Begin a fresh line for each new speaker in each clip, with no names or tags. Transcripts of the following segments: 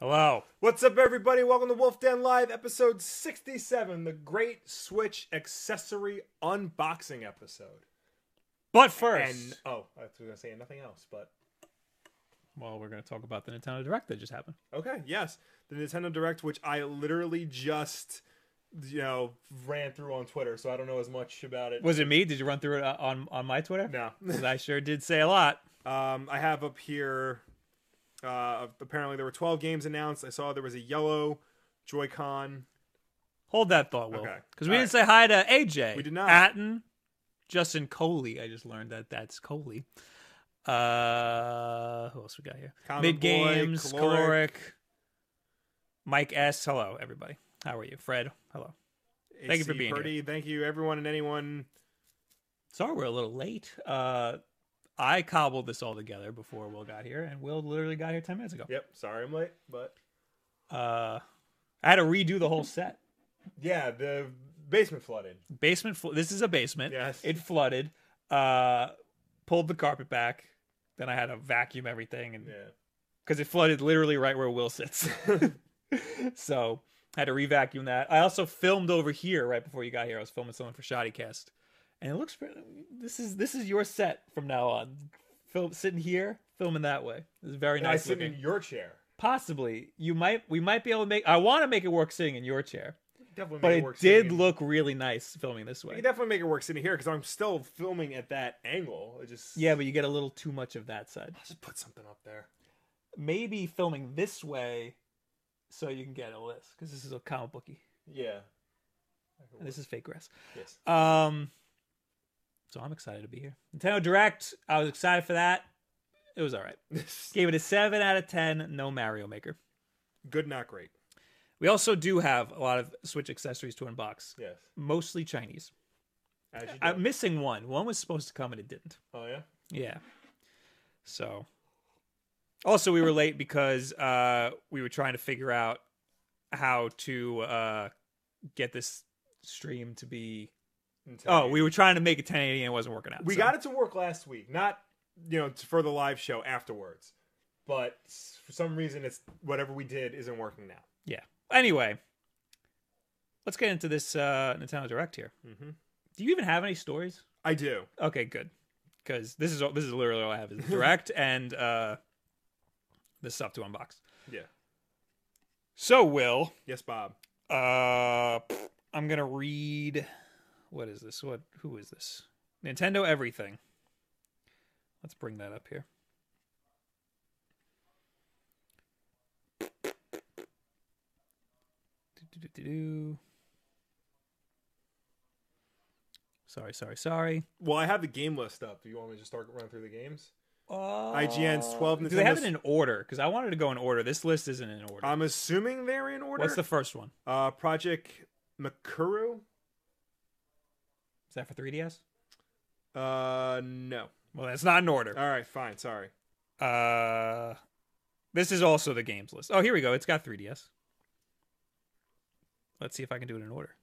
Hello.
What's up, everybody? Welcome to Wolf Den Live, episode 67, the Great Switch Accessory Unboxing episode.
But first,
And, oh, I was going to say nothing else, but
well, we're going to talk about the Nintendo Direct that just happened.
okay, yes. The Nintendo Direct, which I literally just, you know, ran through on Twitter, so I don't know as much about it.
Was it me? Did you run through it uh, on on my Twitter?
No.
'Cause I sure did say a lot.
Um, I have up here. Uh, apparently there were 12 games announced. I saw there was a yellow Joy-Con.
Hold that thought, Will.
Okay.
Because we
All
didn't say hi to AJ.
We did not.
Atten, Justin Coley. I just learned that that's Coley. Uh, who else we got here?
Common
Mid games,
Boy, Caloric.
caloric. Mike S. Hello, everybody. How are you, Fred? Hello. Thank you for
AC
being here.
Purdy. Thank you, everyone and anyone.
Sorry, we're a little late. Uh, I cobbled this all together before Will got here, and Will literally got here ten minutes ago.
Yep, sorry I'm late, but
Uh, I had to redo the whole set.
yeah, the basement flooded.
Basement. Fl- this is a basement.
Yes.
It flooded. Uh, pulled the carpet back. Then I had to vacuum everything, and
Yeah.
because it flooded literally right where Will sits, so I had to re-vacuum that. I also filmed over here right before you got here. I was filming something for Shoddycast, and it looks pretty. This is this is your set from now on. Film sitting here, filming that way. It's very
And I
nice
sit
looking.
in your chair.
Possibly, you might we might be able to make. I want to make it work sitting in your chair.
Definitely
but
make
it
work
did
sitting-
look really nice filming this
You
way.
can definitely make it work sitting here because I'm still filming at that angle. It just
Yeah, but you get a little too much of that side.
I'll just put something up there.
Maybe filming this way so you can get a list because this is a comic booky
Yeah.
and this is fake grass.
yes.
Um, so I'm excited to be here. Nintendo Direct, I was excited for that. It was all right. Gave it a seven out of ten. No Mario Maker.
Good, not great.
We also do have a lot of Switch accessories to unbox,
Yes.
mostly Chinese.
As you do.
I'm missing one. One was supposed to come and it didn't.
Oh yeah.
Yeah. So also we were late because uh we were trying to figure out how to uh get this stream to be
Until
Oh,
you-
we were trying to make it 1080 and it wasn't working out.
we
so-
got it to work last week. Not you know for the live show afterwards, but s- for some reason it's whatever we did isn't working now.
Yeah. Anyway, let's get into this uh Nintendo Direct here.
Mhm.
Do you even have any stories?
I do.
Okay, good. Cuz this is all, this is literally all I have is the Direct and uh the stuff to unbox.
Yeah.
So, Will,
Yes, Bob.
Uh, I'm gonna read. What is this? What? Who is this? Nintendo Everything. Let's bring that up here. Do-do-do-do-do. Sorry, sorry, sorry.
Well, I have the game list up. Do you want me to just start running through the games?
Uh,
IGN's 12
Do they have
Nintendo's-
it in order? Because I wanted to go in order. This list isn't in order.
I'm assuming they're in order.
What's the first one?
uh, Project Makuru?
Is that for 3DS?
Uh, no.
Well, that's not in order.
All right, fine. Sorry.
Uh, this is also the games list. Oh, here we go. It's got 3DS. Let's see if I can do it in order.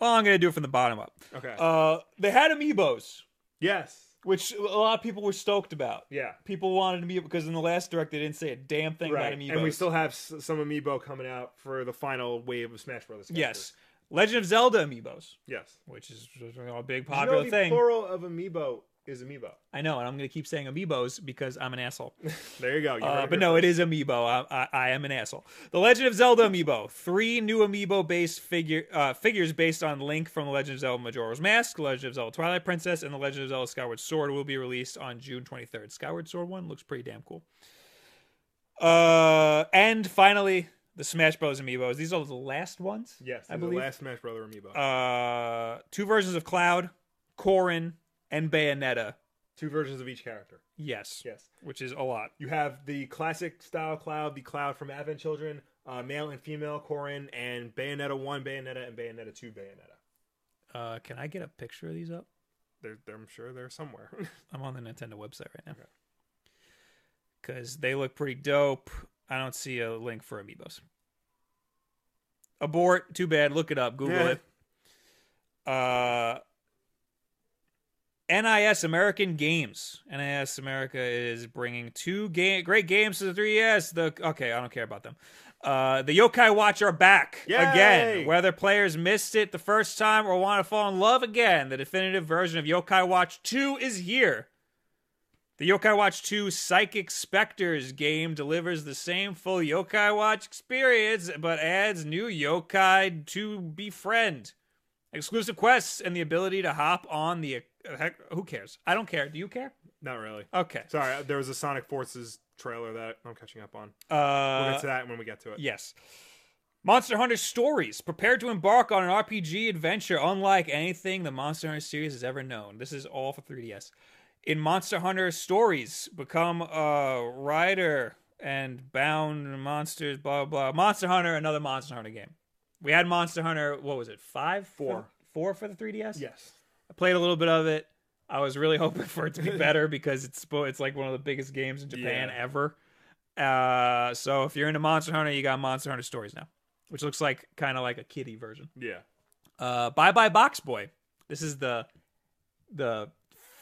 Well, I'm gonna do it from the bottom up.
Okay.
Uh, they had amiibos,
yes.
which a lot of people were stoked about.
Yeah.
People wanted amiibo because in the last direct they didn't say a damn thing
Right.
about amiibos.
And we still have s- some amiibo coming out for the final wave of Smash Brothers.
yes,
characters.
Legend of Zelda amiibos,
Yes.
which is a big
Did you know
popular
the
thing.
plural of amiibo is amiibo.
I know, and I'm gonna keep saying amiibos because I'm an asshole.
There you go. You heard
Uh,
it
but
here
no, it is
first.
Amiibo. I, I, I am an asshole. The Legend of Zelda Amiibo. Three new Amiibo-based figure uh, figures based on Link from The Legend of Zelda Majora's Mask, The Legend of Zelda Twilight Princess, and The Legend of Zelda Skyward Sword will be released on June 23rd. Skyward Sword one looks pretty damn cool. Uh, and finally, the Smash Bros. Amiibos. These are the last ones.
Yes,
I
the
believe.
last Smash Brother amiibo.
Uh, two versions of Cloud, Corrin, and Bayonetta.
Two versions of each character.
Yes,
Yes.
which is a lot.
You have the classic style Cloud, the Cloud from Advent Children, uh, male and female Corrin, and Bayonetta 1, Bayonetta, and Bayonetta 2, Bayonetta.
Uh, can I get a picture of these up?
They're, they're, I'm sure they're somewhere.
I'm on the Nintendo website right now. Because they look pretty dope. I don't see a link for Amiibos. Abort. Too bad. Look it up. Google
Yeah.
it. Uh, NIS American Games. NIS America is bringing two ga- great games to the 3DS. The okay, I don't care about them. Uh, the Yokai Watch are back
Yay!
again. Whether players missed it the first time or want to fall in love again, the definitive version of Yokai Watch 2 is here. The Yokai Watch 2 Psychic Specters game delivers the same full Yokai Watch experience, but adds new yokai to befriend, exclusive quests, and the ability to hop on the. uh, Heck, who cares? I don't care. Do you care?
Not really.
Okay.
Sorry, uh, there was a Sonic Forces trailer that I'm catching up on. We'll
Uh,
get to that when we get to it.
Yes. Monster Hunter Stories. Prepare to embark on an RPG adventure unlike anything the Monster Hunter series has ever known. This is all for 3DS. In Monster Hunter Stories, become a rider and bound monsters, blah, blah. Monster Hunter, another Monster Hunter game. We had Monster Hunter, what was it, five?
Four.
Four for the 3DS?
Yes.
I played a little bit of it. I was really hoping for it to be better because it's spo- it's like one of the biggest games in Japan
Yeah.
ever. Uh, so if you're into Monster Hunter, you got Monster Hunter Stories now, which looks like kind of like a kiddie version.
Yeah.
Uh, Bye Bye Box Boy. This is the the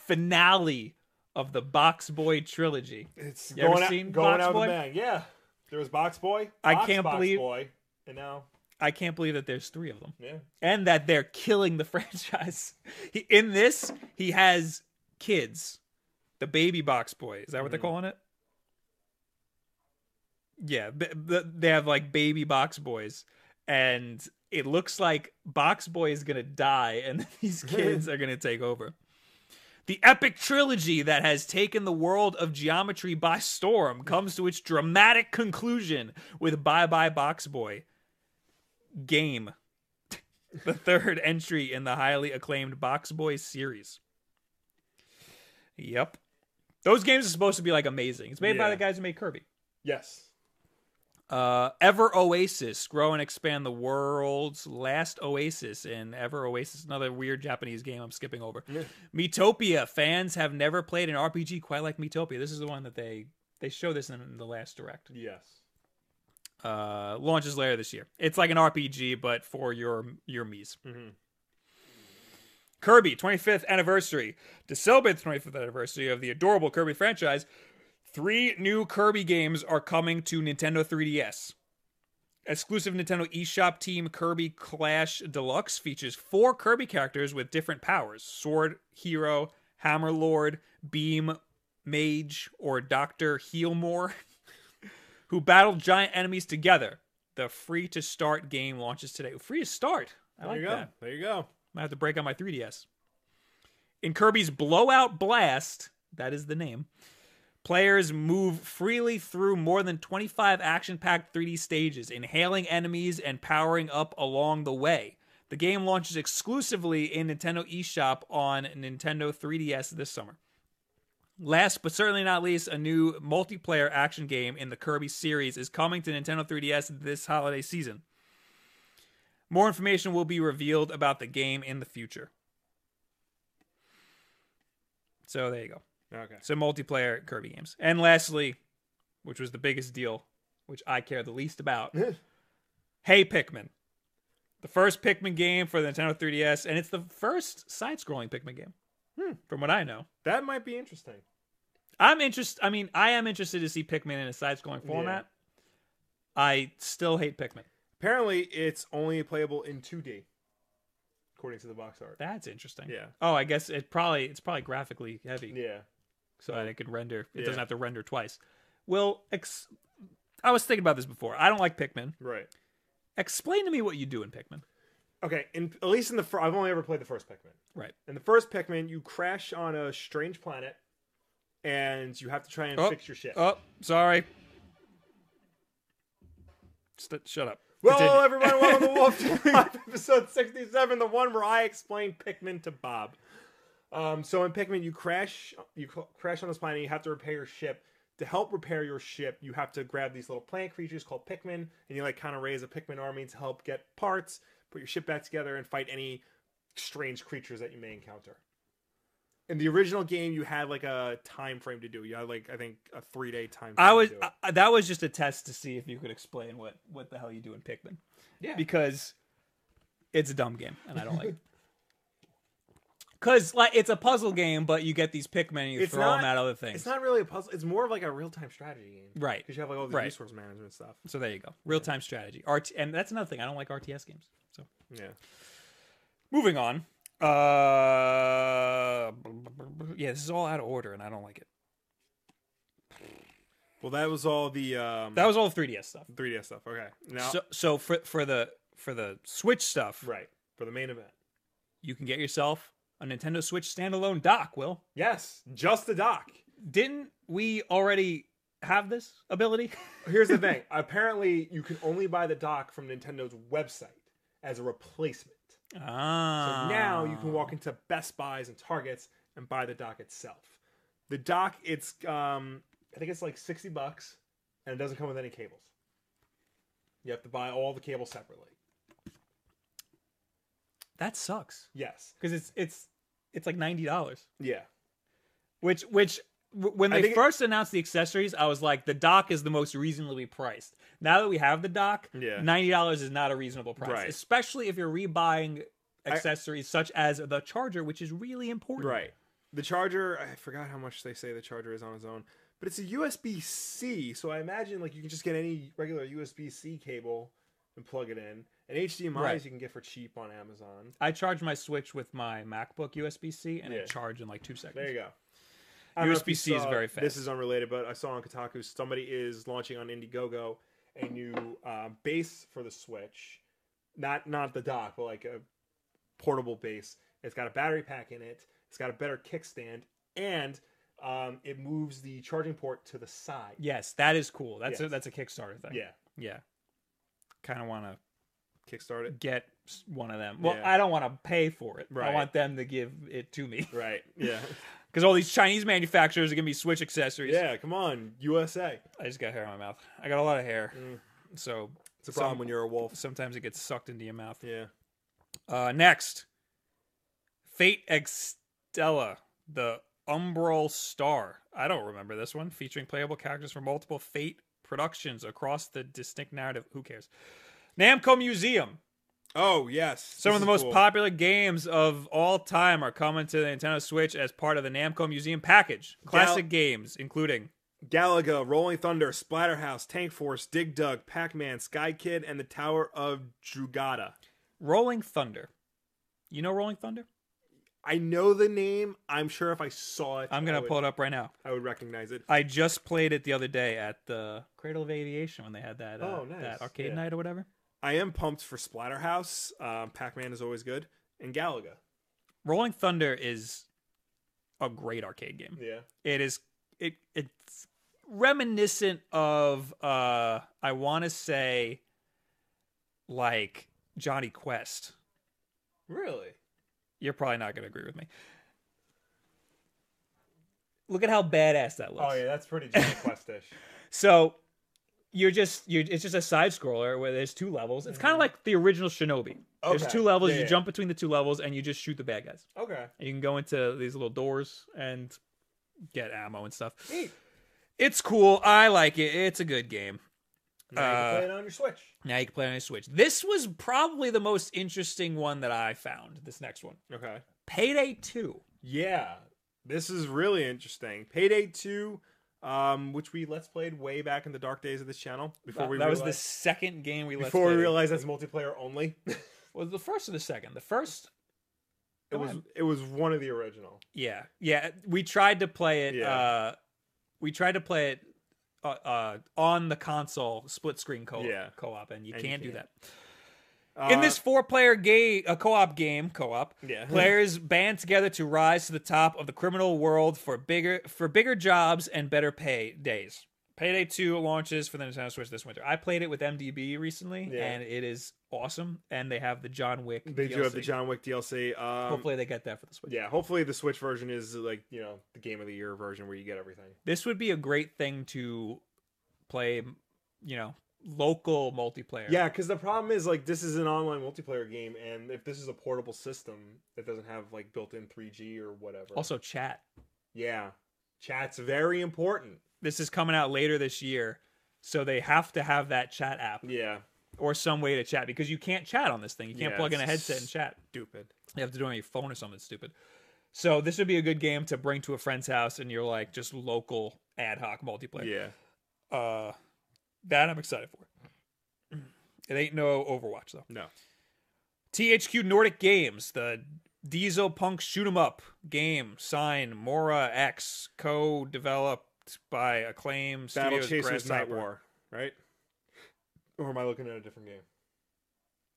finale of the Box Boy trilogy.
It's
You ever
going out,
seen
going
Box
out with
Boy?
a bang. Yeah. There was Box Boy.
I
Box
can't
Box
believe-
Boy, and now
I can't believe that there's three of them.
yeah.
and that they're killing the franchise. He, in this, he has kids. The baby box boy. Is that what they're
Mhm.
calling it? Yeah, b- b- they have like baby box boys and it looks like box boy is going to die and these kids are going to take over. The epic trilogy that has taken the world of geometry by storm comes to its dramatic conclusion with Bye Bye Box Boy. Game the third entry in the highly acclaimed Box Boys series. Yep. Those games are supposed to be like amazing. It's made by
Yeah.
the guys who made Kirby.
Yes.
Uh, Ever Oasis, grow and expand the world's last oasis in Ever Oasis, another weird Japanese game I'm skipping over.
Yeah.
Metopia, fans have never played an RPG quite like Metopia. This is the one that they they show this in the last direct.
Yes.
Uh, launches later this year. It's like an RPG, but for your your Mii's.
Mhm.
Kirby 25th anniversary. To celebrate the 25th anniversary of the adorable Kirby franchise, three new Kirby games are coming to Nintendo 3DS. Exclusive Nintendo eShop team Kirby Clash Deluxe features four Kirby characters with different powers Sword, Hero, Hammer Lord, Beam, Mage, or Dr. Healmore, who battle giant enemies together. The free to start game launches today. Free to start. I
There
like
you go.
that.
There you go.
I have to break out my 3DS. In Kirby's Blowout Blast, that is the name, players move freely through more than 25 action packed 3D stages, inhaling enemies and powering up along the way. The game launches exclusively in Nintendo eShop on Nintendo 3DS this summer. Last but certainly not least, a new multiplayer action game in the Kirby series is coming to Nintendo 3DS this holiday season. More information will be revealed about the game in the future. So there you go.
Okay.
So multiplayer Kirby games. And lastly, which was the biggest deal, which I care the least about, Hey Pikmin. The first Pikmin game for the Nintendo 3DS, and it's the first side-scrolling Pikmin game.
Hmm.
From what I know.
That might be interesting.
I'm interested I mean, I am interested to see Pikmin in a side-scrolling
Yeah.
format. I still hate Pikmin.
Apparently, it's only playable in 2D, according to the box art.
That's interesting.
Yeah.
Oh, I guess it probably it's probably graphically heavy.
Yeah.
so that it could render. It
Yeah.
doesn't have to render twice. Well, ex- I was thinking about this before. I don't like Pikmin.
Right.
Explain to me what you do in Pikmin.
Okay. In at least in the fir- I've only ever played the first Pikmin.
Right.
In the first Pikmin, you crash on a strange planet, and you have to try and
Oh.
fix your ship.
Oh, sorry. St- shut up.
Well,
Continue.
everyone, welcome to Wolf Team Live, episode 67, the one where I explain Pikmin to Bob. Um, so in Pikmin, you crash, you cr- crash on this planet. You have to repair your ship. To help repair your ship, you have to grab these little plant creatures called Pikmin, and you like kind of raise a Pikmin army to help get parts, put your ship back together, and fight any strange creatures that you may encounter. In the original game, you had like a time frame to do. You had like I think a three day time. Frame
I was
To do it.
I- I, that was just a test to see if you could explain what what the hell you do in Pikmin.
Yeah.
Because it's a dumb game and I don't like it. Cause like it's a puzzle game, but you get these Pikmin and you
It's
throw them
not-
at other things.
It's not really a puzzle. It's more of like a real time strategy game.
right.
Because you have like all the
Right.
resource management stuff.
So there you go. Real time strategy. RT- and that's another thing. I don't like RTS games. So
Yeah.
moving on. Uh, yeah, this is all out of order, and I don't like it.
Well, that was all the um,
That was all 3DS stuff.
3DS stuff. Okay. Now,
So, so for for the for the Switch stuff,
right for the main event.
you can get yourself a Nintendo Switch standalone dock. Will
Yes, just the dock.
didn't we already have this ability?
Here's the thing. Apparently, you can only buy the dock from Nintendo's website as a replacement. So
ah,
now you can walk into Best Buys and Targets and buy the dock itself. The dock, it's um, I think it's like sixty bucks, and it doesn't come with any cables. You have to buy all the cables separately.
That sucks
Yes.
because it's it's it's like ninety dollars.
Yeah.
Which which w- when
I
they
think it-
first announced the accessories, I was like, the dock is the most reasonably priced. Now that we have the dock,
Yeah.
ninety dollars is not a reasonable price,
Right.
especially if you're rebuying
I-
accessories such as the charger, which is really important.
Right. The charger, I forgot how much they say the charger is on its own, but it's a USB C, so I imagine like you can just get any regular USB C cable and plug it in. And HDMIs
Right.
you can get for cheap on Amazon.
I charge my Switch with my MacBook USB C, and
Yeah.
it charged in like two seconds.
There you go. I don't know if you
USB-C is
saw-
very
This
fast.
is unrelated, but I saw on Kotaku somebody is launching on Indiegogo a new uh, base for the Switch, not not the dock, but like a portable base. It's got a battery pack in it. It's got a better kickstand, and um, it moves the charging port to the side.
Yes, that is cool. That's a
Yes.
that's a Kickstarter thing.
Yeah,
yeah. Kind of want to
kickstart it.
get s- one of them. Well,
Yeah.
I don't want to pay for it. I
Right.
want them to give it to me
Right. Yeah.
because all these Chinese manufacturers are giving me Switch accessories.
yeah. Come on, USA.
I just got hair in my mouth. I got a lot of hair,
Mm.
so
It's a
Some-
problem when you're a wolf.
sometimes it gets sucked into your mouth.
Yeah.
Uh, next, Fate Extella, the Umbral Star. I don't remember this one. Featuring playable characters from multiple Fate productions across the distinct narrative. Who cares? Namco Museum.
Oh yes.
Some of the most popular games of all time are coming to the Nintendo Switch as part of the Namco Museum package. Classic games, including
Galaga, Rolling Thunder, Splatterhouse, Tank Force, Dig Dug, Pac Man, Sky Kid, and the Tower of Drugada.
Rolling Thunder. You know Rolling Thunder?
I know the name. I'm sure if I saw it,
I'm gonna
I would,
pull it up right now.
I would recognize it.
I just played it the other day at the Cradle of Aviation when they had that uh,
Oh, nice.
that arcade
Yeah.
night or whatever.
I am pumped for Splatterhouse. Um, Pac Man is always good, and Galaga.
Rolling Thunder is a great arcade game.
Yeah.
It is it it's reminiscent of uh I want to say like Johnny Quest.
Really?
You're probably not going to agree with me. Look at how badass that looks.
Oh yeah, that's pretty Johnny Questish.
So you're just you're it's just a side scroller where there's two levels. It's kind of like the original Shinobi. There's
Mm-hmm. Okay.
two levels.
Yeah,
you
yeah.
jump between the two levels and you just shoot the bad guys.
Okay.
And you can go into these little doors and get ammo and stuff.
Neat.
It's cool. I like it. It's a good game.
Now you
Uh,
can play it on your Switch.
Now you can play it on your Switch. This was probably the most interesting one that I found. This next one,
Okay.
Payday Two.
Yeah, this is really interesting. Payday Two, um, which we let's played way back in the dark days of this channel before
that
we
that was the
realized-
second game we let's
before we
played.
realized that's multiplayer only.
was the first or the second? The first.
It
Come
was
on.
it was one of the original.
Yeah, yeah. We tried to play it.
Yeah.
Uh, we tried to play it uh, uh, on the console, split screen co-op,
Yeah.
co-op, and you
And you
can't do that.
can't.
In
Uh,
this four-player game, a co-op game, co-op,
yeah,
players band together to rise to the top of the criminal world for bigger for bigger jobs and better pay days. Payday 2 launches for the Nintendo Switch this winter. I played it with MDB recently,
Yeah.
and it is awesome. And they have the John Wick.
they do have the
DLC.
John Wick DLC. Um,
Hopefully, they get that for the Switch.
yeah. Hopefully, the Switch version is like you know the game of the year version where you get everything.
this would be a great thing to play you know local multiplayer
Yeah, because the problem is like this is an online multiplayer game, and if this is a portable system that doesn't have like built-in 3G or whatever,
also chat
yeah, chat's very important.
this is coming out later this year so they have to have that chat app
Yeah,
or some way to chat because you can't chat on this thing you can't
Yeah,
plug in a
it's
headset and chat
stupid.
you have to do it on your phone or something stupid So this would be a good game to bring to a friend's house and you're like just local ad hoc multiplayer.
Yeah.
Uh, that I'm excited for. It ain't no Overwatch though.
No.
THQ Nordic Games, the Diesel Punk Shoot 'em Up game, sign Mora X, co-developed by Acclaim
Battle
Studios.
Chasers Night
Grasshopper.
War, right? Or am I looking at a different game?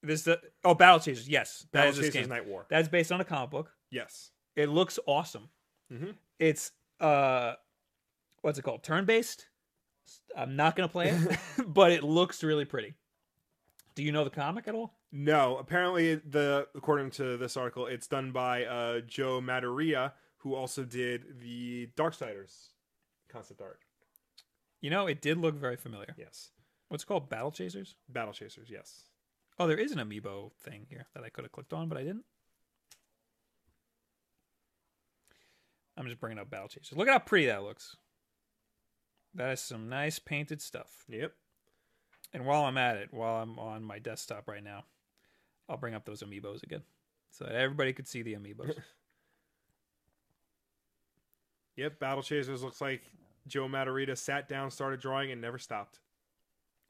This the oh Battle Chasers. Yes, that
Battle
is
Chasers
this game.
Night War.
That's based on a comic book.
Yes.
It looks awesome.
Mhm.
It's uh, what's it called? Turn based. I'm not gonna play it, but it looks really pretty. Do you know the comic at all?
No, apparently the according to this article, it's done by uh, Joe Madureira, who also did the Darksiders concept art.
You know, it did look very familiar.
Yes.
What's it called Battle Chasers?
Battle Chasers, yes.
Oh, there is an amiibo thing here that I could have clicked on, but I didn't. I'm just bringing up Battle Chasers. Look at how pretty that looks. That is some nice painted stuff.
Yep.
And while I'm at it, while I'm on my desktop right now, I'll bring up those amiibos again so that everybody could see the amiibos.
Yep, Battle Chasers looks like Joe Madureira sat down, started drawing, and never stopped.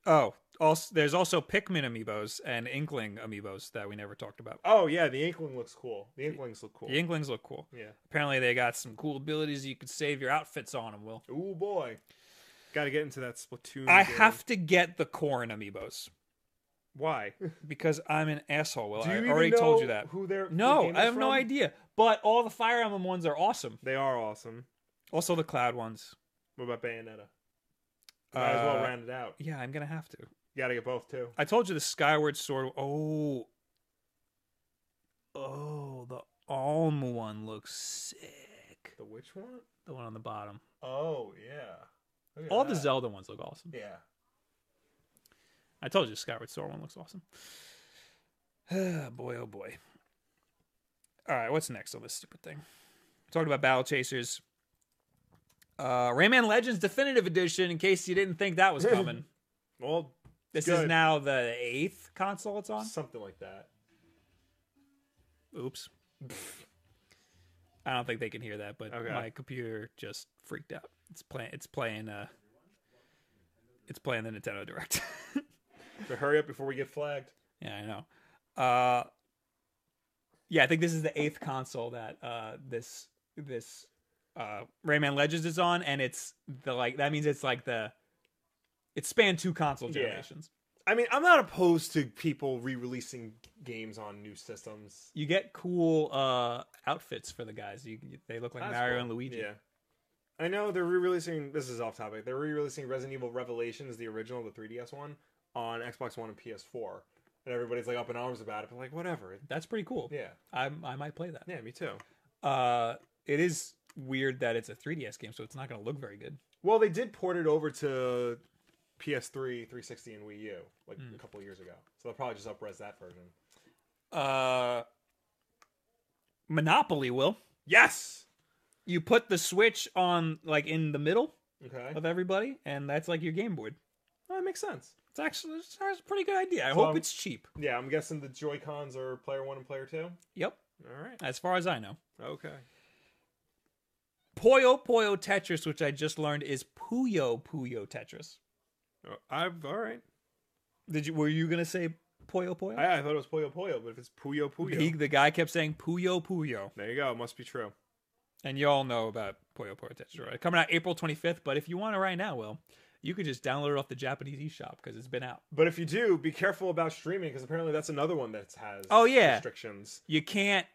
oh, also, there's also Pikmin amiibos and Inkling amiibos that we never talked about.
Oh yeah, the Inkling looks cool. The Inklings look cool.
The Inklings look cool.
Yeah.
Apparently, they got some cool abilities you could save your outfits on them, Will.
Ooh boy. Got to get into that Splatoon.
I
game.
have to get the corn amiibos
Why?
because I'm an asshole. Well,
Do you
I
even
already told you
know
that.
Who they're? the
No,
game
I
is
have no
from?
idea. But all the Fire Emblem ones are awesome.
They are awesome.
Also, the Cloud ones.
What about Bayonetta? Might as well
Uh,
round it out.
Yeah, I'm gonna have to.
You got to get both too.
I told you the Skyward Sword. Oh, oh, the Alm one looks sick.
The which one?
The one on the bottom.
Oh yeah. Look at
All the
that.
Zelda ones look awesome.
Yeah.
I told you Skyward Sword one looks awesome. boy, oh boy. All right, what's next on this stupid thing? Talked about Battle Chasers. Uh, Rayman Legends Definitive Edition. In case you didn't think that was coming,
Well,
this is
Good.
now the eighth console it's on.
something like that.
Oops. I don't think they can hear that, but
Okay.
my computer just freaked out. It's playing. It's playing. Uh, it's playing the Nintendo Direct.
So hurry up before we get flagged.
yeah, I know. Uh, yeah, I think this is the eighth console that uh, this this uh, Rayman Legends is on, and it's the like that means it's like the it spanned two console
Yeah.
generations.
I mean, I'm not opposed to people re-releasing games on new systems.
You get cool uh, outfits for the guys. You, you- they look like
That's
Mario
cool.
and Luigi.
Yeah. I know they're re-releasing. This is off topic. They're re-releasing Resident Evil Revelations, the original, the 3DS one, on Xbox One and PS4, and everybody's like up in arms about it. But like, whatever.
That's pretty cool.
Yeah.
I I might play that.
Yeah. Me too.
Uh, it is weird that it's a 3DS game, so it's not going to look very good.
Well, they did port it over to PS3, 360, and Wii U like a couple of years ago. So they'll probably just upres that version.
Uh, Monopoly will
Yes.
you put the Switch on like in the middle
Okay.
of everybody, and that's like your game board.
Uh, That makes sense.
It's actually it's a pretty good idea. I
So
hope
I'm-
it's cheap.
Yeah, I'm guessing the Joy Cons are player one and player two.
Yep,
All right.
as far as I know.
Okay.
Puyo Puyo Tetris, which I just learned is Puyo Puyo Tetris.
Oh, I've all right.
Did you were you gonna say Puyo Puyo?
I, I thought it was Puyo Puyo, but if it's Puyo Puyo,
He, the guy kept saying Puyo Puyo.
there you go. It must be true.
And you all know about Puyo Puyo Tetris, right? Coming out April 25th, but if you want it right now, Will, you could just download it off the Japanese eShop because it's been out.
But if you do, be careful about streaming because apparently that's another one that has
Oh, yeah.
restrictions.
You can't,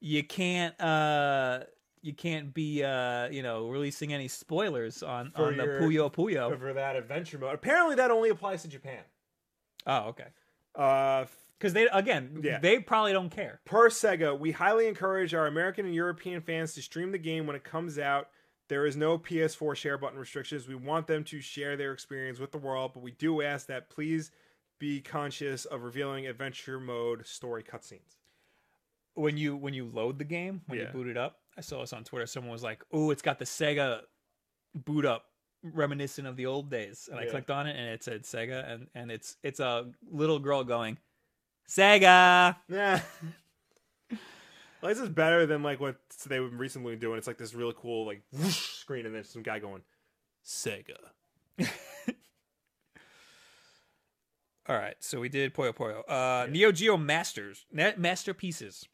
you can't, uh, you can't be, uh, you know, releasing any spoilers on,
For
on the
your-
Puyo Puyo.
Over that adventure mode. Apparently that only applies to Japan.
Oh, okay.
Uh,
Because they, again,
Yeah.
they probably don't care.
Per Sega, we highly encourage our American and European fans to stream the game when it comes out. There is no PS4 share button restrictions. We want them to share their experience with the world, but we do ask that please be conscious of revealing adventure mode story cutscenes.
When you, when you load the game, when you
Yeah.
boot it up, I saw this on Twitter. Someone was like, oh, it's got the Sega boot up reminiscent of the old days and i
Yeah.
clicked on it and it said sega and and it's it's a little girl going sega
Yeah. Like, this is better than like what they were recently doing. It's like this really cool like whoosh screen, and then some guy going Sega.
All right, so we did Puyo Puyo. Uh, Neo Geo Masters, Na- Masterpieces,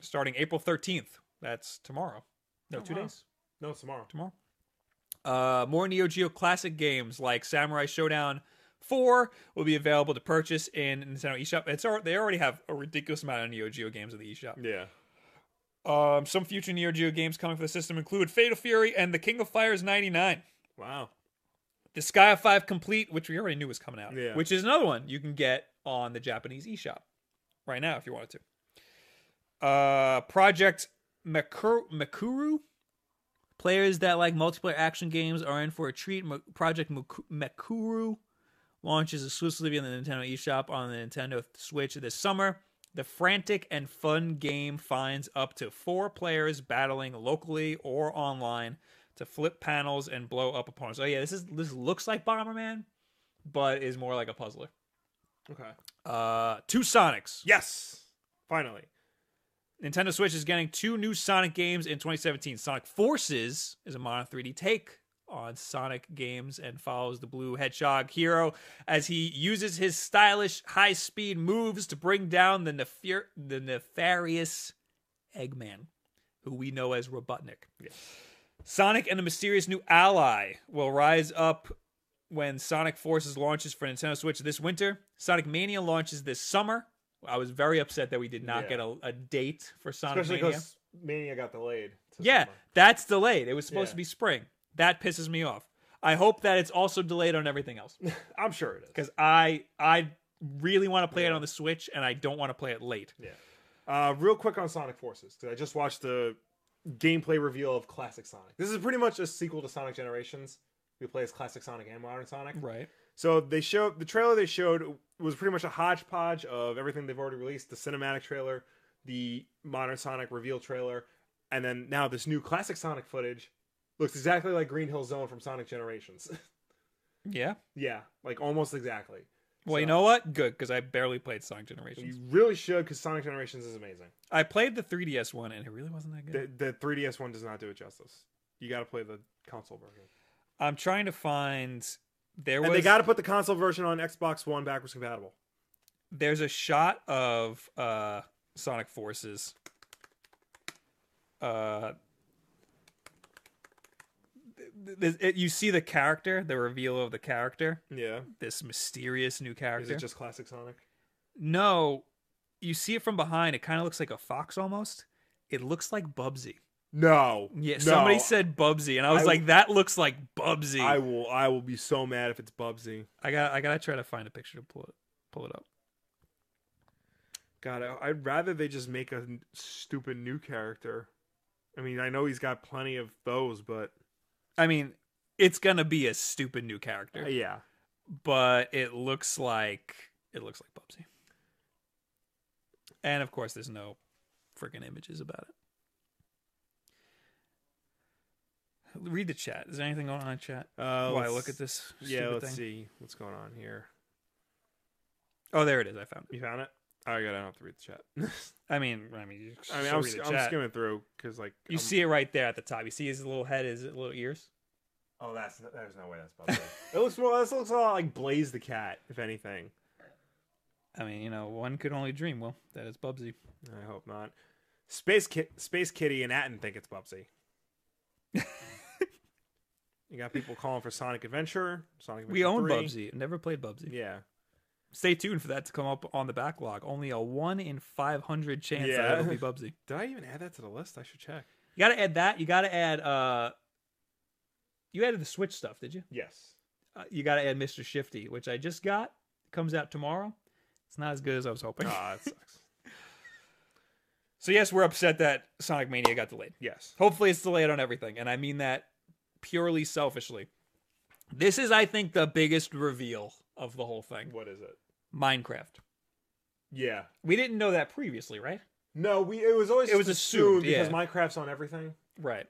starting April 13th. That's tomorrow. No,
Oh,
two
wow.
days
No, it's tomorrow.
tomorrow. Uh, more Neo Geo classic games like Samurai Showdown 4 will be available to purchase in Nintendo eShop. It's al- they already have a ridiculous amount of Neo Geo games in the eShop.
Yeah.
Um, some future Neo Geo games coming for the system include Fatal Fury and The King of Fighters 99.
Wow.
The Sky 5 Complete, which we already knew was coming out,
Yeah.
which is another one you can get on the Japanese eShop right now if you wanted to. Uh, Project Makuru, Makuru. Players that like multiplayer action games are in for a treat. Ma- Project Maku- Makuru launches exclusively on the Nintendo eShop on the Nintendo Switch this summer. The frantic and fun game finds up to four players battling locally or online to flip panels and blow up opponents. Oh yeah, this is this looks like Bomberman, but is more like a puzzler.
Okay.
Uh, two Sonics.
Yes. Finally.
Nintendo Switch is getting two new Sonic games in 2017. Sonic Forces is a modern 3D take on Sonic games and follows the blue hedgehog hero as he uses his stylish high speed moves to bring down the, nefar- the nefarious Eggman, who we know as Robotnik. Sonic and a mysterious new ally will rise up when Sonic Forces launches for Nintendo Switch this winter. Sonic Mania launches this summer. I was very upset that we did not
Yeah.
get a, a date for Sonic
Especially
Mania.
because Mania got delayed. to
Yeah,
summer.
that's delayed. It was supposed
Yeah.
to be spring. That pisses me off. I hope that it's also delayed on everything else
I'm sure it is.
because I I really want to play it
Yeah.
on the Switch and I don't want to play it late.
Uh, real quick on Sonic Forces, because I just watched the gameplay reveal of Classic Sonic. This is pretty much a sequel to Sonic Generations. We play as Classic Sonic and Modern Sonic.
Right.
So they showed the trailer they showed was pretty much a hodgepodge of everything they've already released: the cinematic trailer, the Modern Sonic reveal trailer, and then now this new Classic Sonic footage looks exactly like Green Hill Zone from Sonic Generations.
Yeah.
yeah, like almost exactly.
Well, you
So-
know what? Good because I barely played Sonic Generations.
You really should, because Sonic Generations is amazing.
I played the 3DS one and it really wasn't that good.
The, the 3DS one does not do it justice. You got to play the console version.
I'm trying to find there was
And they got to put the console version on Xbox One backwards compatible.
there's a shot of uh Sonic Forces. Uh th- th- it, you see the character, the reveal of the character,
Yeah.
this mysterious new
Is
character.
it just classic Sonic?
no, you see it from behind. It kind of looks like a fox almost. It looks like Bubsy.
No.
Yeah,
No.
somebody said Bubsy, and I was
I-
like, "That looks like Bubsy."
I will. I will be so mad if it's Bubsy.
I got, I gotta try to find a picture to pull it, pull it up.
God, I- I'd rather they just make a n- stupid new character. I mean, I know he's got plenty of those, but
I mean, it's gonna be a stupid new character,
Uh, yeah,
but it looks like it looks like Bubsy. And of course, there's no freaking images about it. Read the chat. Is there anything going on in chat?
uh,
Why
let's-
look at this?
Yeah,
stupid
let's
thing?
see what's going on here.
Oh, there it is. I found it.
You found it? Oh, God, I don't have to read the chat.
I mean, I mean, you
I mean,
still
I'm,
read the
I'm
chat.
skimming through because like
You
I'm-
see it right there at the top. You see his little head, his little ears.
Oh, that's there's no way that's Bubsy. it looks more. This looks a lot like Blaze the cat, if anything.
I mean, you know, one could only dream. Well, that is Bubsy.
I hope not. Space Ki- Space Kitty and Atten think it's Bubsy. you got people calling for Sonic Adventure. Sonic Adventure
We own
3.
Bubsy. Never played Bubsy.
Yeah.
stay tuned for that to come up on the backlog. Only a one in five hundred chance
Yeah.
that it'll be Bubsy.
Did I even add that to the list? I should check.
You gotta add that. You gotta add. uh You added the Switch stuff, did you?
Yes.
Uh, you gotta add Mr. Shifty, which I just got. Comes out tomorrow. It's not as good as I was hoping.
Ah, that sucks.
so yes, we're upset that Sonic Mania got delayed.
Yes.
Hopefully, it's delayed on everything, and I mean that purely selfishly. This is, I think, the biggest reveal of the whole thing.
What is it?
Minecraft.
Yeah.
We didn't know that previously, right?
No, we. It was always
It was
just
assumed,
because
yeah.
Minecraft's on everything.
Right.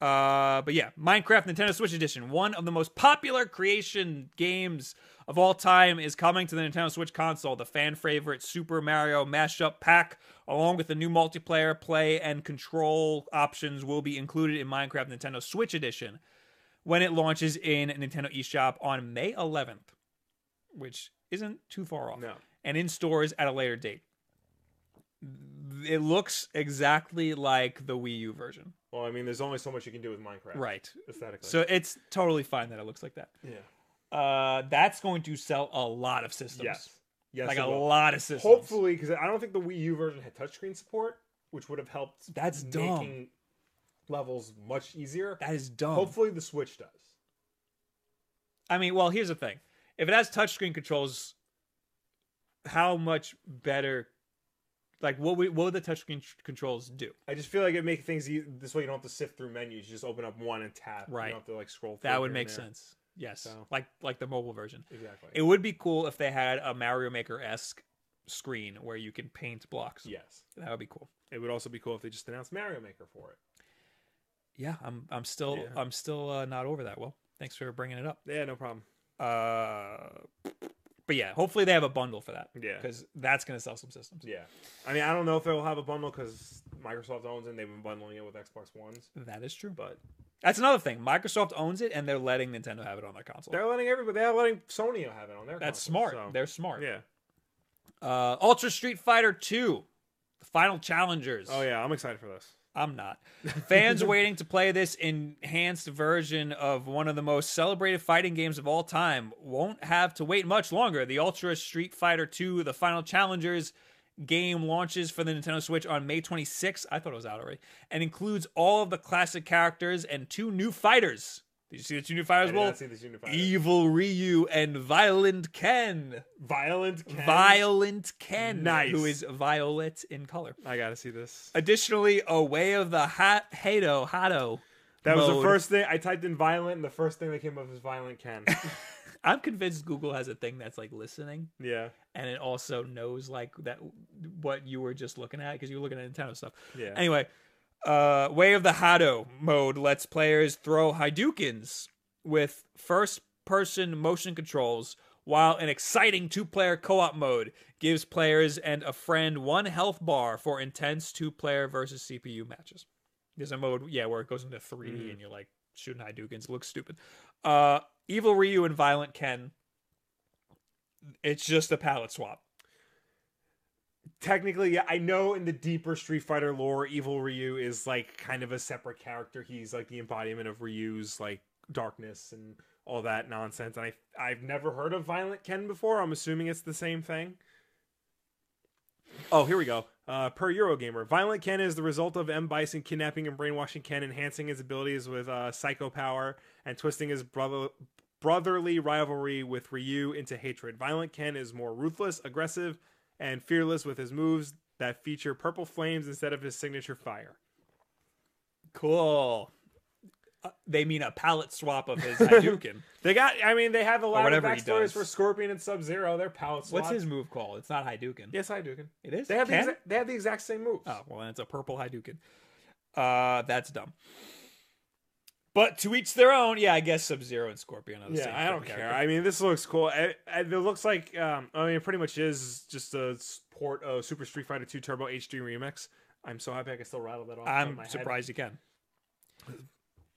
Uh, but yeah, Minecraft Nintendo Switch Edition, one of the most popular creation games of all time, is coming to the Nintendo Switch console. The fan favorite Super Mario mashup pack, along with the new multiplayer play and control options, will be included in Minecraft Nintendo Switch Edition when it launches in Nintendo eShop on May 11th, which isn't too far off,
No.
and in stores at a later date. It looks exactly like the Wii U version.
Well, I mean, there's only so much you can do with Minecraft.
Right.
Aesthetically.
So it's totally fine that it looks like that.
yeah.
Uh, that's going to sell a lot of systems.
Yes. Yes.
like
it
a
will.
lot of systems.
Hopefully, because I don't think the Wii U version had touchscreen support, which would have helped.
That's dumb.
making Levels much easier.
that is dumb.
Hopefully, the Switch does.
I mean, well, here's the thing: if it has touchscreen controls, how much better? Like, what we, what would the touchscreen tr- controls do?
I just feel like it makes things e- this way. You don't have to sift through menus. You just open up one and tap.
Right.
You don't have to like scroll. through
That would
here
make
and there.
sense. Yes,
So-
like like the mobile version.
Exactly.
It would be cool if they had a Mario Maker esque screen where you can paint blocks.
yes.
That would be cool.
It would also be cool if they just announced Mario Maker for it.
Yeah, I'm I'm still
Yeah.
I'm still uh, not over that. Well, thanks for bringing it up.
Yeah, no problem.
Uh, but yeah, hopefully they have a bundle for that.
Yeah.
because that's gonna sell some systems.
Yeah. I mean, I don't know if they'll have a bundle because Microsoft owns it and they've been bundling it with Xbox Ones.
That is true.
But
That's another thing. Microsoft owns it, and they're letting Nintendo have it on their console.
they're letting everybody, they're letting Sony have it on their
that's
console,
smart.
so-
They're smart.
yeah.
Uh, Ultra Street Fighter Two, the final challengers.
Oh, yeah. I'm excited for this.
I'm not. Fans waiting to play this enhanced version of one of the most celebrated fighting games of all time won't have to wait much longer. The Ultra Street Fighter 2, the final challengers game launches for the Nintendo Switch on May 26th. I thought it was out already. And includes all of the classic characters and two new fighters. Did you see the two new fighters?
I did
Well,
not see this unified.
Evil Ryu and Violent Ken.
Violent Ken.
Violent Ken,
Nice.
who is violet in color.
I got to see this.
Additionally, a way of the hot Hato Hato.
That was the
mode.
first thing. I typed in violent, and the first thing that came up was Violent Ken.
I'm convinced Google has a thing that's like listening,
yeah.
and it also knows like that what you were just looking at because you were looking at Nintendo stuff.
Yeah.
Anyway, uh, way of the Hato mode lets players throw Hadoukens with first-person motion controls, while an exciting two-player co-op mode gives players and a friend one health bar for intense two-player versus CPU matches. There's a mode, yeah, where it goes into 3D and you're like shooting Hadoukens. It Looks stupid. Uh, Evil Ryu and Violent Ken. It's just a palette swap.
Technically, yeah, I know in the deeper Street Fighter lore, Evil Ryu is like kind of a separate character. He's like the embodiment of Ryu's like darkness and all that nonsense. And I I've never heard of Violent Ken before. I'm assuming it's the same thing. Oh, here we go. Uh, per Eurogamer, Violent Ken is the result of M. Bison kidnapping and brainwashing Ken, enhancing his abilities with uh, psycho power and twisting his brother brotherly rivalry with Ryu into hatred. Violent Ken is more ruthless, aggressive, and fearless with his moves that feature purple flames instead of his signature fire.
Cool. Uh, they mean a palette swap of his Hadouken.
They got. I mean, they have a lot of
whatever he
backstories
does.
for Scorpion and Sub Zero. Their pallets.
What's his move called? It's not Hadouken.
Yes, Hadouken.
It is.
They have the
Ken?
exa- they have the exact same moves.
Oh well, then it's a purple Hadouken. Uh, that's dumb. But to each their own. Yeah, I guess Sub Zero and Scorpion are the same.
Yeah, I don't
freaking
care.
character.
I mean, this looks cool. I, I, it looks like, um, I mean, it pretty much is just a s- port of Super Street Fighter 2 Turbo HD Remix. I'm so happy I can still rattle that off. the top of
I'm
my head.
surprised you can.